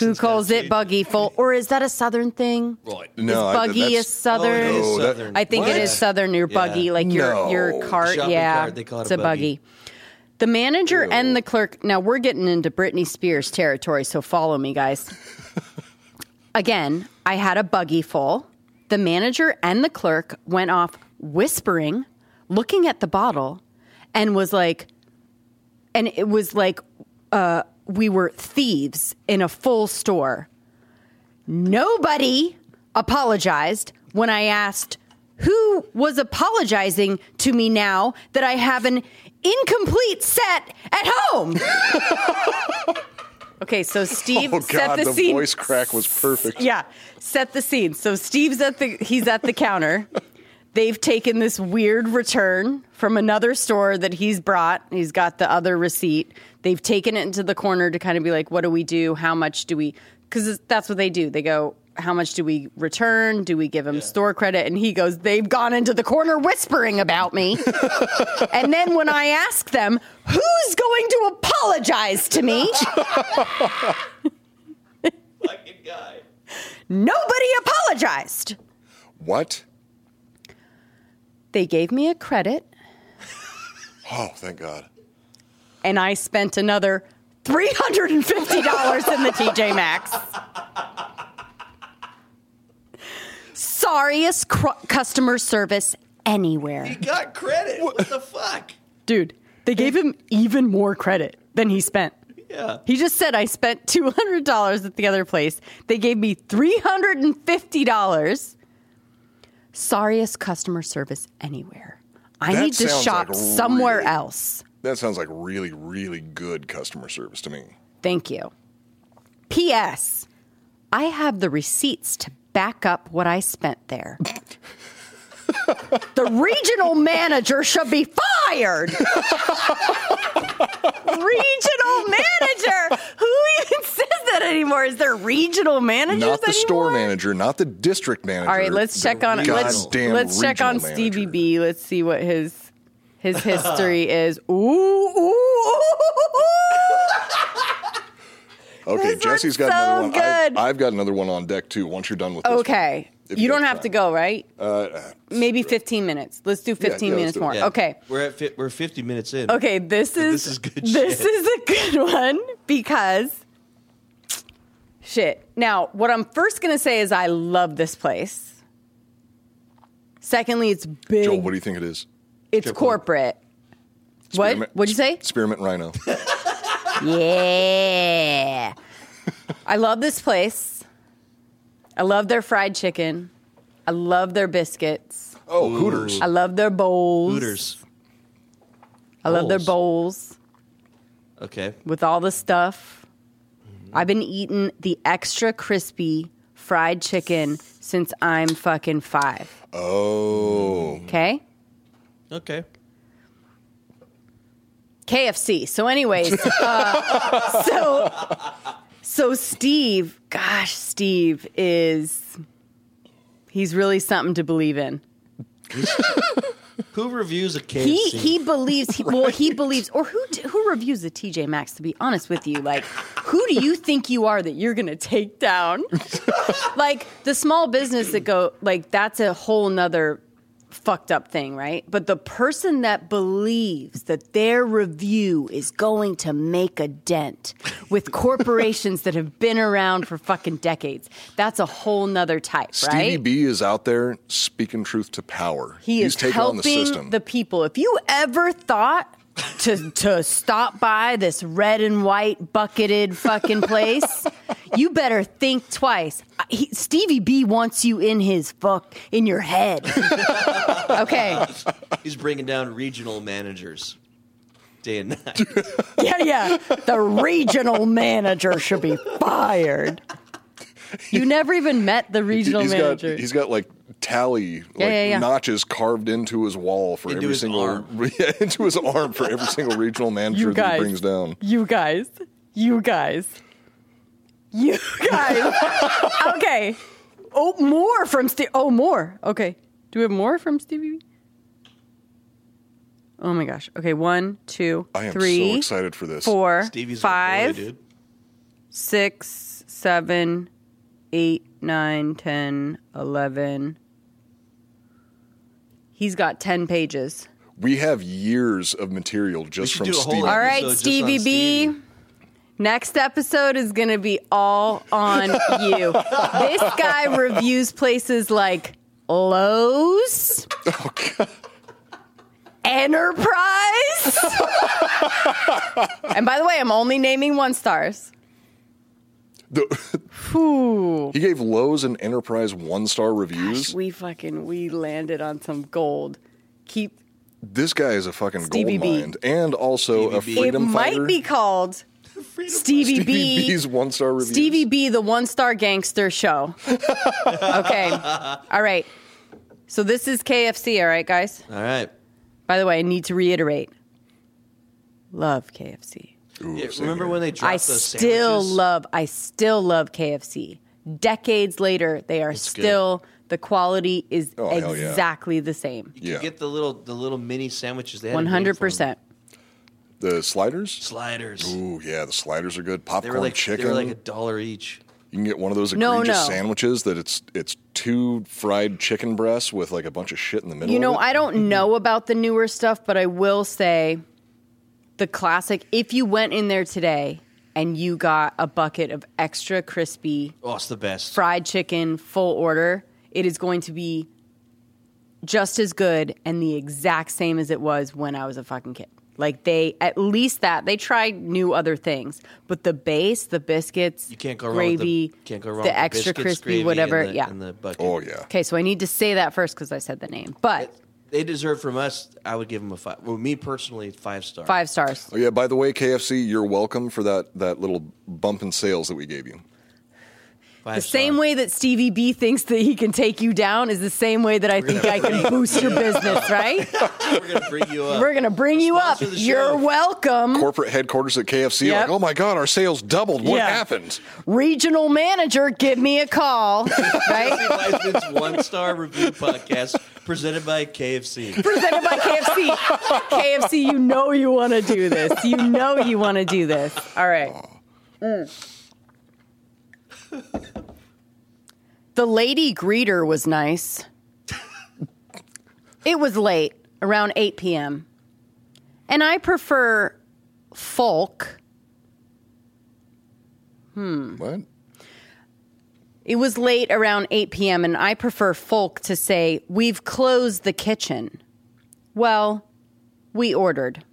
B: Who calls it buggy full? Or is that a southern thing?
A: Right.
C: No, I-
B: Buggy
C: that's-
B: is southern.
A: Oh, it is
C: No, that-
A: southern.
B: I think
C: What?
B: it is southern. Your buggy,
A: Yeah.
B: like your
C: No.
B: your cart.
A: Shopping
B: yeah,
A: cart, they call it
B: it's
A: a
B: a buggy. The manager and the clerk. Now we're getting into Britney Spears territory, so follow me, guys. Again, I had a buggy full. The manager and the clerk went off whispering, looking at the bottle, and was like, and it was like uh, we were thieves in a full store. Nobody apologized when I asked who was apologizing to me now that I have an incomplete set at home. okay, so Steve
C: Oh,
B: set
C: God.
B: the,
C: The
B: scene.
C: voice crack was perfect.
B: Yeah, set the scene. So Steve's at the he's at the counter. They've taken this weird return from another store that he's brought. He's got the other receipt. They've taken it into the corner to kind of be like, what do we do? How much do we? Because that's what they do. They go, how much do we return? Do we give him store credit? And he goes, they've gone into the corner whispering about me. and then when I ask them, who's going to apologize to me?
A: Fucking guy.
B: Nobody apologized.
C: What?
B: They gave me a credit
C: Oh, thank God.
B: and I spent another three hundred and fifty dollars in the TJ Maxx. Sorriest cr- customer service anywhere,
A: He got credit. What the fuck?
B: dude. They gave him even more credit than he spent.
A: Yeah.
B: He just said I spent two hundred dollars at the other place. They gave me three hundred and fifty dollars. Sorriest customer service anywhere. I
C: That
B: need to
C: sounds
B: shop
C: like
B: somewhere
C: really-
B: else.
C: That sounds like really, really good customer service to me.
B: Thank you. P.S. I have the receipts to back up what I spent there. the regional manager should be fired. regional manager? Who even says that anymore? Is there regional managers
C: Not the
B: anymore?
C: store manager, not the district manager.
B: All right, let's
C: the
B: check on let's
C: goddamn
B: let's check
C: regional
B: on Stevie
C: manager.
B: B. Let's see what his his history is. Ooh, ooh, ooh.
C: Okay,
B: This
C: Jesse's
B: looks
C: got
B: so
C: another one. I've,
B: good.
C: I've got another one on deck too. Once you're done with this,
B: Okay.
C: If
B: you
C: you
B: don't
C: have
B: have to
C: time.
B: go, right?
C: one. Uh,
B: Maybe 15 minutes. Let's do 15
C: yeah, let's
B: minutes
C: do it.
B: more.
A: Yeah.
B: Okay.
A: We're at fi- we're 50 minutes in.
B: Okay, this is
A: is good
B: this
A: shit.
B: is a good one because shit. Now, what I'm first going to say is I love this place. Secondly, it's big.
C: Joel, what do you think it is?
B: it's
A: Joel,
B: corporate. What?
C: Spearmint-
B: What'd you say?
C: Spearmint Rhino.
B: Yeah. I love this place. I love their fried chicken. I love their biscuits.
C: Oh, Hooters.
B: I love their bowls.
A: Hooters.
B: I love their bowls
A: Okay.
B: with all the stuff. I've been eating the extra crispy fried chicken since I'm fucking five.
C: Oh,
B: Okay?
A: Okay.
B: KFC. So, anyways, uh, so so Steve, gosh, Steve is he's really something to believe in.
A: Who reviews a KFC?
B: He he believes he, well he believes or who d- who reviews the TJ Maxx to be honest with you like who do you think you are that you're gonna take down like the small business that go like that's a whole nother fucked up thing right but the person that believes that their review is going to make a dent with corporations that have been around for fucking decades that's a whole nother type
C: Stevie
B: right
C: B is out there speaking truth to power.
B: he
C: He's
B: is
C: taking
B: helping
C: on the system.
B: the people. If you ever thought to to stop by this red and white bucketed fucking place, you better think twice. I- He, Stevie B wants you in his fuck in your head. okay.
A: He's bringing down regional managers day and night.
B: Yeah, yeah. The regional manager should be fired. You never even met the regional
C: he's
B: manager.
C: got he's got like tally like
B: yeah, yeah.
C: notches carved into his wall for
A: Into
C: every
A: his
C: single
A: arm.
C: Yeah, into his arm for every single regional manager
B: you
C: that
B: guys
C: he brings down.
B: You guys. You guys. You guys. okay. Oh, more from Steve. Oh, more. Okay. Do we have more from Stevie? B? Oh my gosh. Okay. One, two,
C: I am so
B: three,
C: excited for this.
B: four,
A: Stevie's
B: five,
A: A boy, dude.
B: six, seven, eight, nine, ten, eleven. He's got ten pages.
C: We have years of material just
A: should do
C: from
A: a whole
C: Stevie.
A: episode.
B: All right,
A: So just on
B: Stevie B.
A: Stevie.
B: Next episode is going to be all on you. this guy reviews places like Lowe's,
C: Oh,
B: Enterprise. and by the way, I'm only naming one stars.
C: The-
B: Whew.
C: he gave Lowe's and Enterprise one star reviews.
B: We fucking we landed on some gold. Keep
C: this guy is a fucking
B: Stevie
C: gold
B: B.
C: mind and also a
A: Stevie B.
C: freedom
B: it
C: fighter.
B: might be called Stevie,
C: Stevie B's one star review.
B: Stevie B, the one star gangster show. okay. All right. So this is KFC, all right, guys?
A: All right.
B: By the way, I need to reiterate love KFC.
C: Ooh,
A: Yeah,
C: same
A: remember
C: here.
A: when they
B: I
A: dropped those
B: still
A: sandwiches?
B: love I still love KFC. Decades later, they are
A: good.
B: still the quality is
C: Oh, hell yeah.
B: exactly the same.
A: You
C: Yeah.
A: get the little the little mini sandwiches. They had a name for
B: 100%.
A: them.
C: the sliders?
A: sliders.
C: Ooh, yeah, the sliders are good.
A: They
C: Popcorn
A: were like
C: chicken.
A: they were like a dollar each.
C: You can get one of those
B: No,
C: egregious
B: no.
C: sandwiches that it's it's two fried chicken breasts with like a bunch of shit in the middle.
B: You know,
C: of it.
B: I don't know about the newer stuff, but I will say the classic. If you went in there today and you got a bucket of extra crispy
A: Oh, it's the best.
B: fried chicken full order, it is going to be just as good and the exact same as it was when I was a fucking kid. Like they at least that they tried new other things, but the base, the biscuits,
A: you can't go wrong.
B: gravy,
A: with the, can't go wrong. with
B: the extra
A: biscuits, gravy,
B: crispy,
A: and
B: whatever.
A: the-
B: yeah.
A: And the bucket.
C: Oh yeah.
B: okay, so I need to say that first because I said the name, but.
A: They deserve from us. I would give them a five. Well, me personally, five star.
B: Five stars.
C: Oh yeah. By the way, KFC, you're welcome for that that little bump in sales that we gave you.
A: Five
B: The
A: star.
B: same way that Stevie B thinks that he can take you down is the same way that I think I can boost your business, right?
A: We're gonna bring you up.
B: We're going to bring you up.
A: Sponsor the show.
B: You're welcome.
C: Corporate headquarters at KFC,
B: Yep.
C: like, oh my god, our sales doubled. What
B: Yeah.
C: happened?
B: Regional manager, give me a call, right?
A: Wiseman's one star review podcast presented by KFC.
B: Presented by KFC. KFC, you know you want to do this. You know you want to do this. All right. Mm. The lady greeter was nice. It was late, around 8 p.m. And I prefer folk.
C: What?
B: It was late around 8 p.m., and I prefer folk to say, We've closed the kitchen. Well, we ordered.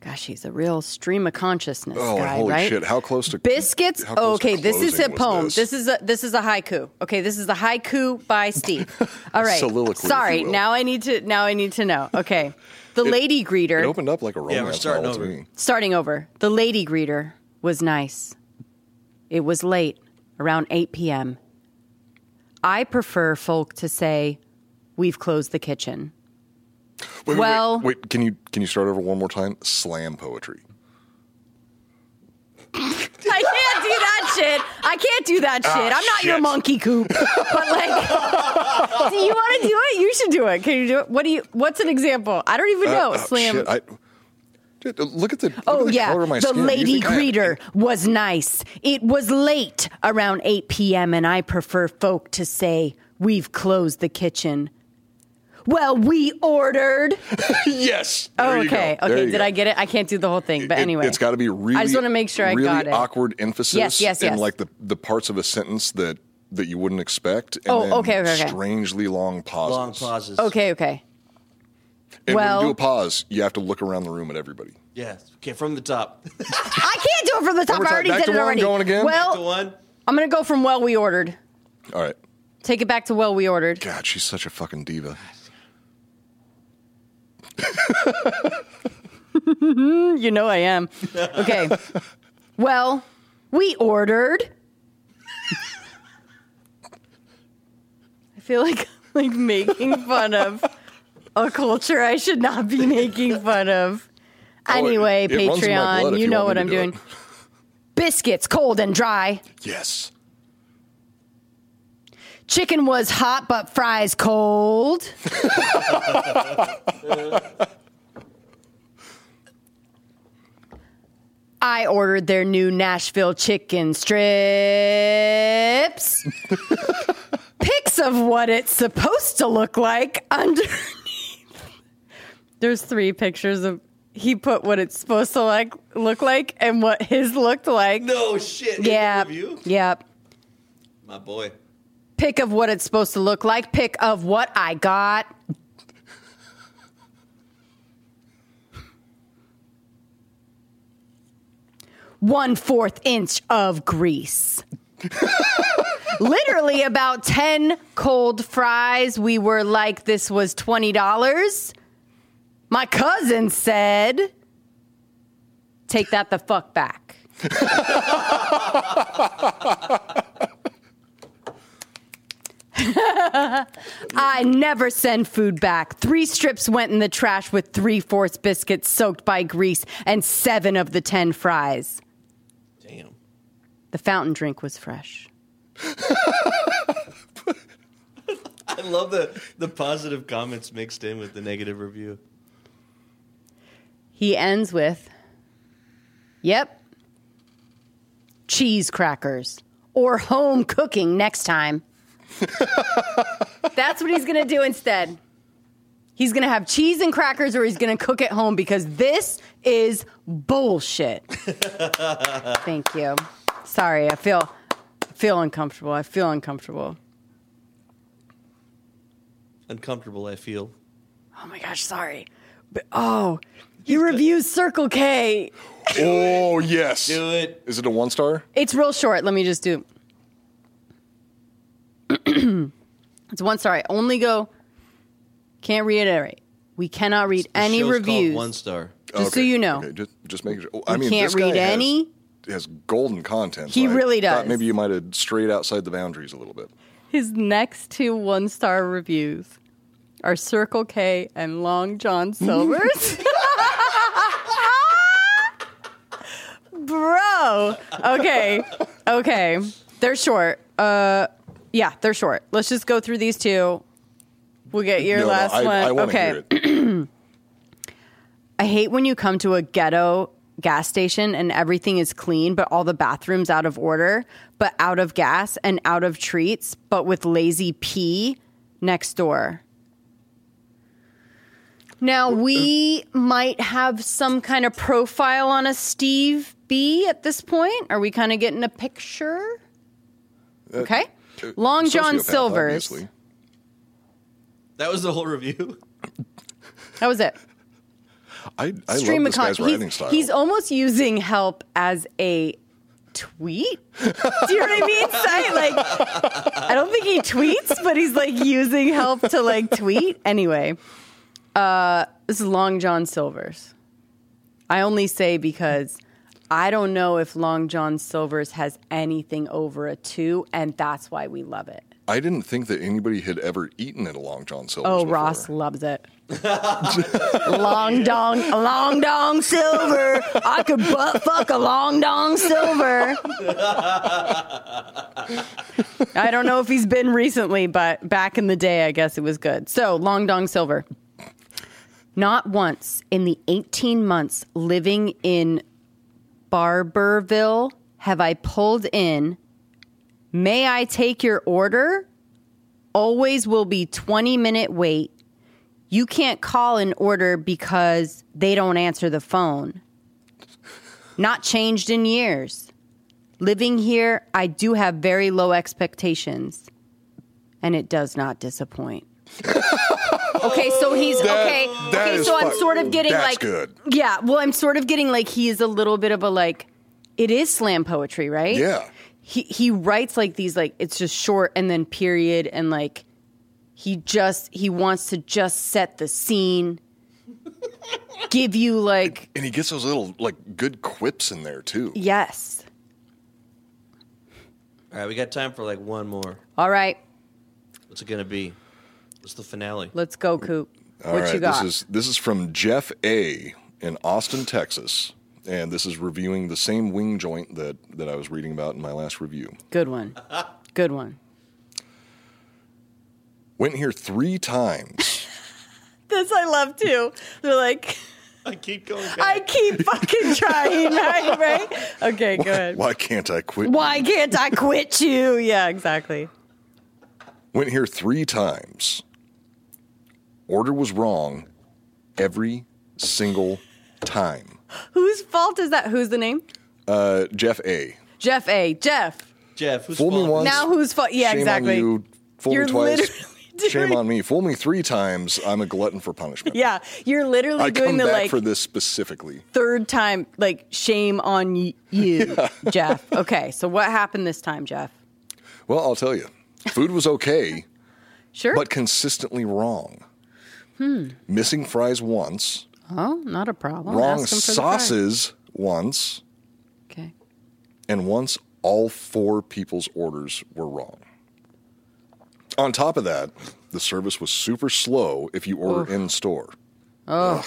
B: Gosh, he's a real stream of consciousness
C: Oh,
B: guy,
C: holy
B: right?
C: shit! How close to
B: Biscuits.
C: how close to
B: okay, this is a
C: closing was
B: poem.
C: this?
B: This? is a this is a haiku. Okay, this is a haiku by Steve. All right.
C: Soliloquy, if you
B: Sorry.
C: will.
B: Now I need to now I need to know. Okay. The lady greeter
C: It opened up like a romance
A: we're starting
C: novel
A: over.
C: to me.
B: starting over. The lady greeter was nice. It was late, around 8 p.m. I prefer folk to say, "We've closed the kitchen."
C: Wait, wait,
B: Well-
C: wait, wait, can you can you start over one more time? Slam poetry.
B: I can't do that shit. I can't do that shit.
C: Ah,
B: I'm not your
C: shit.
B: monkey coop. But like, do you want to do it? You should do it. Can you do it? What do you? What's an example? I don't even know.
C: Uh, oh,
B: Slam.
C: shit, I- Dude, look at the look
B: Oh
C: at the
B: yeah,
C: color of my
B: the
C: skin. You
B: lady
C: think I-
B: greeter was nice. It was late, around 8 p.m., and I prefer folk to say we've closed the kitchen. Well, we ordered.
C: yes. There you go.
B: Oh, okay,
C: There
B: okay.
C: you
B: Did
C: go.
B: I get it? I can't do the whole thing, but
C: It-
B: anyway,
C: it's got to be really.
B: I just want to make sure I
C: really
B: got it.
C: Awkward emphasis.
B: Yes, yes,
C: in
B: yes.
C: like the the parts of a sentence that that you wouldn't expect. And
B: Oh,
C: then
B: okay, okay, okay.
C: Strangely long pauses.
A: Long pauses.
B: Okay, okay.
C: And
B: Well-
C: when you do a pause, you have to look around the room at everybody.
A: Yeah. Okay, from the top.
B: I can't do it from the top.
C: One
B: I
C: more time.
B: already
C: Back
B: did
C: to
B: it
C: where I'm
B: already.
C: going again?
A: the
B: Well,
A: one.
B: I'm gonna go from well we ordered.
C: All right.
B: Take it back to well we ordered.
C: God, she's such a fucking diva.
B: You know I am. Okay. well, we ordered. I feel like like making fun of a culture I should not be making fun of. Anyway,
C: it- it runs in my
B: Patreon,
C: blood if
B: you
C: you
B: know what
C: want me
B: I'm
C: to do it.
B: doing. Biscuits cold and dry.
C: Yes.
B: Chicken was hot but fries cold. I ordered their new Nashville chicken strips. Pics of what it's supposed to look like underneath. There's three pictures of he put what it's supposed to like look like and what his looked like.
A: No shit. in the
B: yeah.
A: review?
B: Yep
A: My boy.
B: pick of what it's supposed to look like, pick of what I got. One fourth inch of grease. Literally about 10 cold fries. We were like, this was $20. My cousin said, take that the fuck back. I never send food back. Three strips went in the trash with three fourths biscuits soaked by grease and seven of the ten fries.
A: Damn.
B: The fountain drink was fresh.
A: I love the the positive comments mixed in with the negative review.
B: He ends with, Yep, cheese crackers or home cooking next time. That's what he's going to do instead. He's going to have cheese and crackers or he's going to cook at home because this is bullshit. Thank you. Sorry, I feel I feel uncomfortable. I feel uncomfortable.
A: Uncomfortable, I feel.
B: Oh my gosh, sorry. But, oh, he reviews Circle K.
C: Oh yes.
A: Do it.
C: Is it a one star?
B: It's real short. Let me just do. it's one star. I only go. Can't reiterate. We cannot read
A: The
B: any
A: show's called
B: reviews.
A: One star.
B: Just so you know.
C: Okay, just just make sure. Oh, I
B: We
C: mean,
B: can't
C: this guy
B: read
C: has-
B: any.
C: Has golden content.
B: He
C: so I
B: really
C: thought
B: does.
C: Maybe you might have strayed outside the boundaries a little bit.
B: His next two one star reviews are Circle K and Long John Silver's. Bro. Okay. Okay. They're short. Uh yeah, they're short. Let's just go through these two. We'll get your
C: no,
B: last
C: no, I,
B: one.
C: I want to
B: okay.
C: hear it.
B: I hate when you come to a ghetto gas station and everything is clean, but all the bathrooms out of order, but out of gas and out of treats, but with lazy pee next door. Now
C: Uh,
B: we might have some kind of profile on a Steve B at this point. Are we kind of getting a picture? Okay. Long John
C: Uh, Sociopath,
B: Silver's.
C: obviously.
A: That was the whole review.
B: That was it.
C: I, I love
B: Stream
C: this
B: of
C: guy's
B: con-
C: writing
B: he's,
C: style.
B: he's almost using help as a tweet. Do you know what I mean? So I, like, I don't think he tweets, but he's like using help to like tweet. Anyway, uh, this is Long John Silver's. I only say because I don't know if Long John Silver's has anything over a two, and that's why we love it.
C: I didn't think that anybody had ever eaten at a Long John Silver's.
B: Oh,
C: before.
B: Ross loves it. long dong, long dong silver. I could butt fuck a long dong silver. I don't know if he's been recently, but back in the day, I guess it was good. So, long dong silver. Not once in the 18 months living in Barberville have I pulled in. May I take your order? always will be 20 minute wait. You can't call an order because they don't answer the phone. Not changed in years. Living here, I do have very low expectations, and it does not disappoint. okay, so he's
C: That-
B: okay.
C: that
B: okay,
C: is
B: so I'm
C: fuck-
B: sort of getting
C: that's
B: like
C: good.
B: yeah. Well, I'm sort of getting like he is a little bit of a like. It is slam poetry, right?
C: Yeah.
B: he he writes like these like it's just short and then period and like he just he wants to just set the scene give you like
C: And he gets those little like good quips in there too.
B: yes
A: All right, we got time for like one more.
B: all right
A: What's it gonna be? What's the finale?
B: let's go coop
C: All
B: what
C: right,
B: you got
C: This is this is from Jeff A in Austin, Texas, and this is reviewing the same wing joint that that I was reading about in my last review.
B: good one good one
C: Went here three times.
B: this i love too they're like
A: I keep going. Back.
B: i keep fucking trying right right okay go ahead
C: Why can't I quit?
B: why can't i quit you yeah exactly
C: Went here three times. Order was wrong every single time.
B: whose fault is that who's the name
C: Uh, Jeff A.
B: jeff a jeff
A: Jeff, who's
C: Fool me
A: fault?
C: once.
B: now whose fault yeah
C: shame
B: exactly
C: on you. Fool
B: You're
C: me twice.
B: literally
C: Shame
B: doing-
C: on me. Fool me three times. I'm a glutton for punishment.
B: Yeah, you're literally
C: I
B: doing
C: come
B: the
C: back
B: like
C: for this specifically.
B: third time, like shame on y- you, Jeff. Okay, so what happened this time, Jeff?
C: Well, I'll tell you. Food was okay,
B: Sure.
C: but consistently wrong. Missing fries once,
B: Hmm. oh, not a problem.
C: wrong
B: Ask him for the card.
C: sauces once,
B: Okay.
C: and once all four people's orders were wrong. On top of that, the service was super slow if you order in store. Ugh.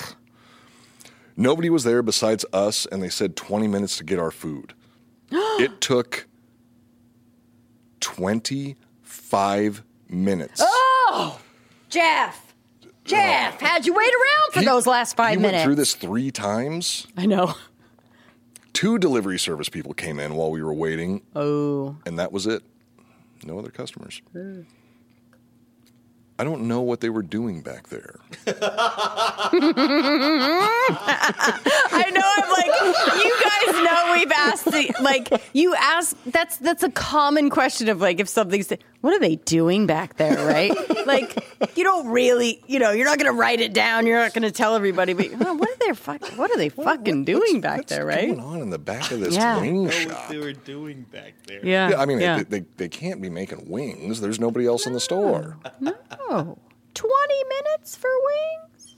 C: Nobody was there besides us, and they said 20 minutes to get our food. it took 25 minutes.
B: Oh! Jeff, Jeff, how'd you wait around for
C: He-
B: those last five
C: he
B: minutes?
C: Went through this three times.
B: I know.
C: Two delivery service people came in while we were waiting,
B: Oh,
C: and that was it. No other customers.
A: Hmm.
C: I don't know what they were doing back there.
B: I know. I'm like, you guys know we've asked the like you ask. That's that's a common question of like if something's what are they doing back there, right? Like you don't really, you know, you're not gonna write it down. You're not gonna tell everybody. But oh, what are they fucking? What are they fucking doing back
C: What's
B: there,
C: going
B: right?
C: on in the back of this
B: Yeah.
C: wing
A: I don't know what
C: shop?
A: they were doing back there.
B: Yeah.
C: Yeah, I mean, They, they, they can't be making wings. There's nobody else in the store.
B: oh, 20 minutes for wings.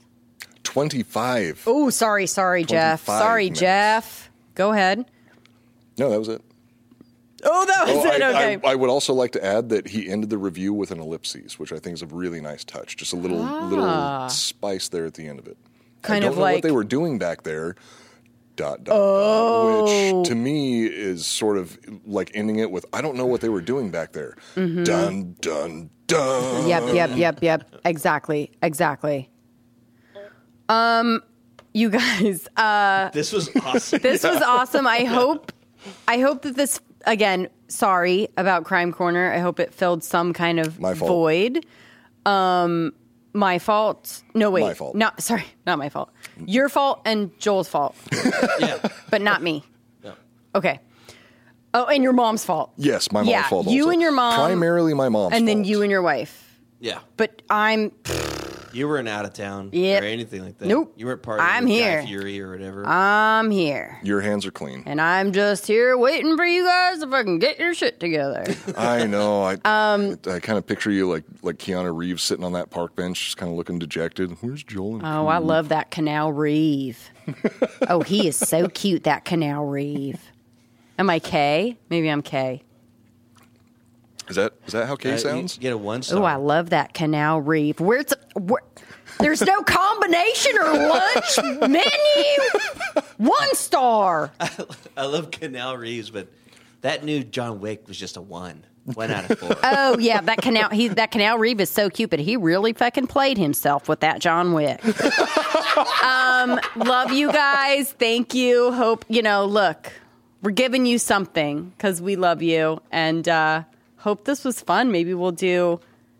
C: 25.
B: Oh, sorry, sorry, Jeff.
C: 25
B: Sorry,
C: minutes.
B: Jeff. Go ahead.
C: No, that was it.
B: Oh, that was
C: Oh,
B: it.
C: I,
B: Okay.
C: I, I would also like to add that he ended the review with an ellipses, which I think is a really nice touch. Just a little little spice there at the end of it.
B: Ah. Kind
C: I
B: of
C: don't know
B: like-
C: what they were doing back there. Dot dot, dot,
B: Oh.
C: which to me is sort of like ending it with I don't know what they were doing back there.
B: Mm-hmm.
C: Dun dun dun.
B: Yep, yep, yep, yep. Exactly, exactly. Um, you guys, uh,
A: This was awesome.
B: this was awesome. I hope, I hope that this again. Sorry about Crime Corner. I hope it filled some kind of
C: My fault.
B: void. Um, my fault. No, wait.
C: My fault.
B: Not sorry. Not my fault. Your fault and Joel's fault,
A: yeah.
B: but not me.
A: No.
B: Okay. Oh, and your mom's fault.
C: Yes, my
B: Yeah,
C: mom's fault.
B: you
C: also.
B: and your mom-
C: primarily my mom's,
B: and then
C: fault.
B: you and your wife.
A: Yeah.
B: But I'm
A: You weren't out of town
B: Yep.
A: or anything like that.
B: Nope.
A: You weren't part of
B: I'm
A: Guy
B: here.
A: Fury or whatever.
B: I'm here.
C: Your hands are clean.
B: And I'm just here waiting for you guys to fucking get your shit together.
C: I know. I
B: Um,
C: I kind of picture you like like Keanu Reeves sitting on that park bench, just kind of looking dejected. Where's Joel? And
B: Oh, I love that Canal Reeve. oh, he is so cute, that Canal Reeve. Am I K? Maybe I'm K.
C: is that is that how Kay
A: Uh, you
C: sounds?
A: get a one star.
B: Oh, I love that Canal Reeve. Where's where, there's no combination or lunch menu. One star.
A: I love Canal Reeves, but that new John Wick was just a one. One out of four.
B: Oh yeah, that Canal he that Canal Reeve is so cute, but he really fucking played himself with that John Wick. um, love you guys. Thank you. Hope you know. Look, we're giving you something because we love you, and uh, hope this was fun. Maybe we'll do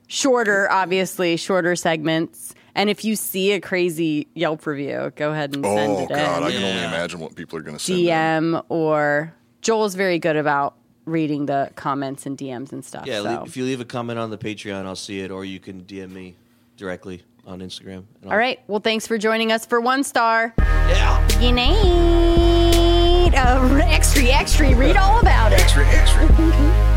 B: shorter, obviously shorter segments. And if you see a crazy Yelp review, go ahead and send
C: oh
B: it
C: God,
B: in.
C: I can only
A: Yeah.
C: imagine what people are going to say.
B: DM or Joel's very good about reading the comments and DMs and stuff.
A: yeah,
B: so.
A: leave- if you leave a comment on the Patreon, I'll see it, or you can DM me directly on Instagram. and I'll-
B: All right. Well, thanks for joining us for one star.
A: Yeah.
B: You need a extra, extra. Read all about it.
C: Extra, extra.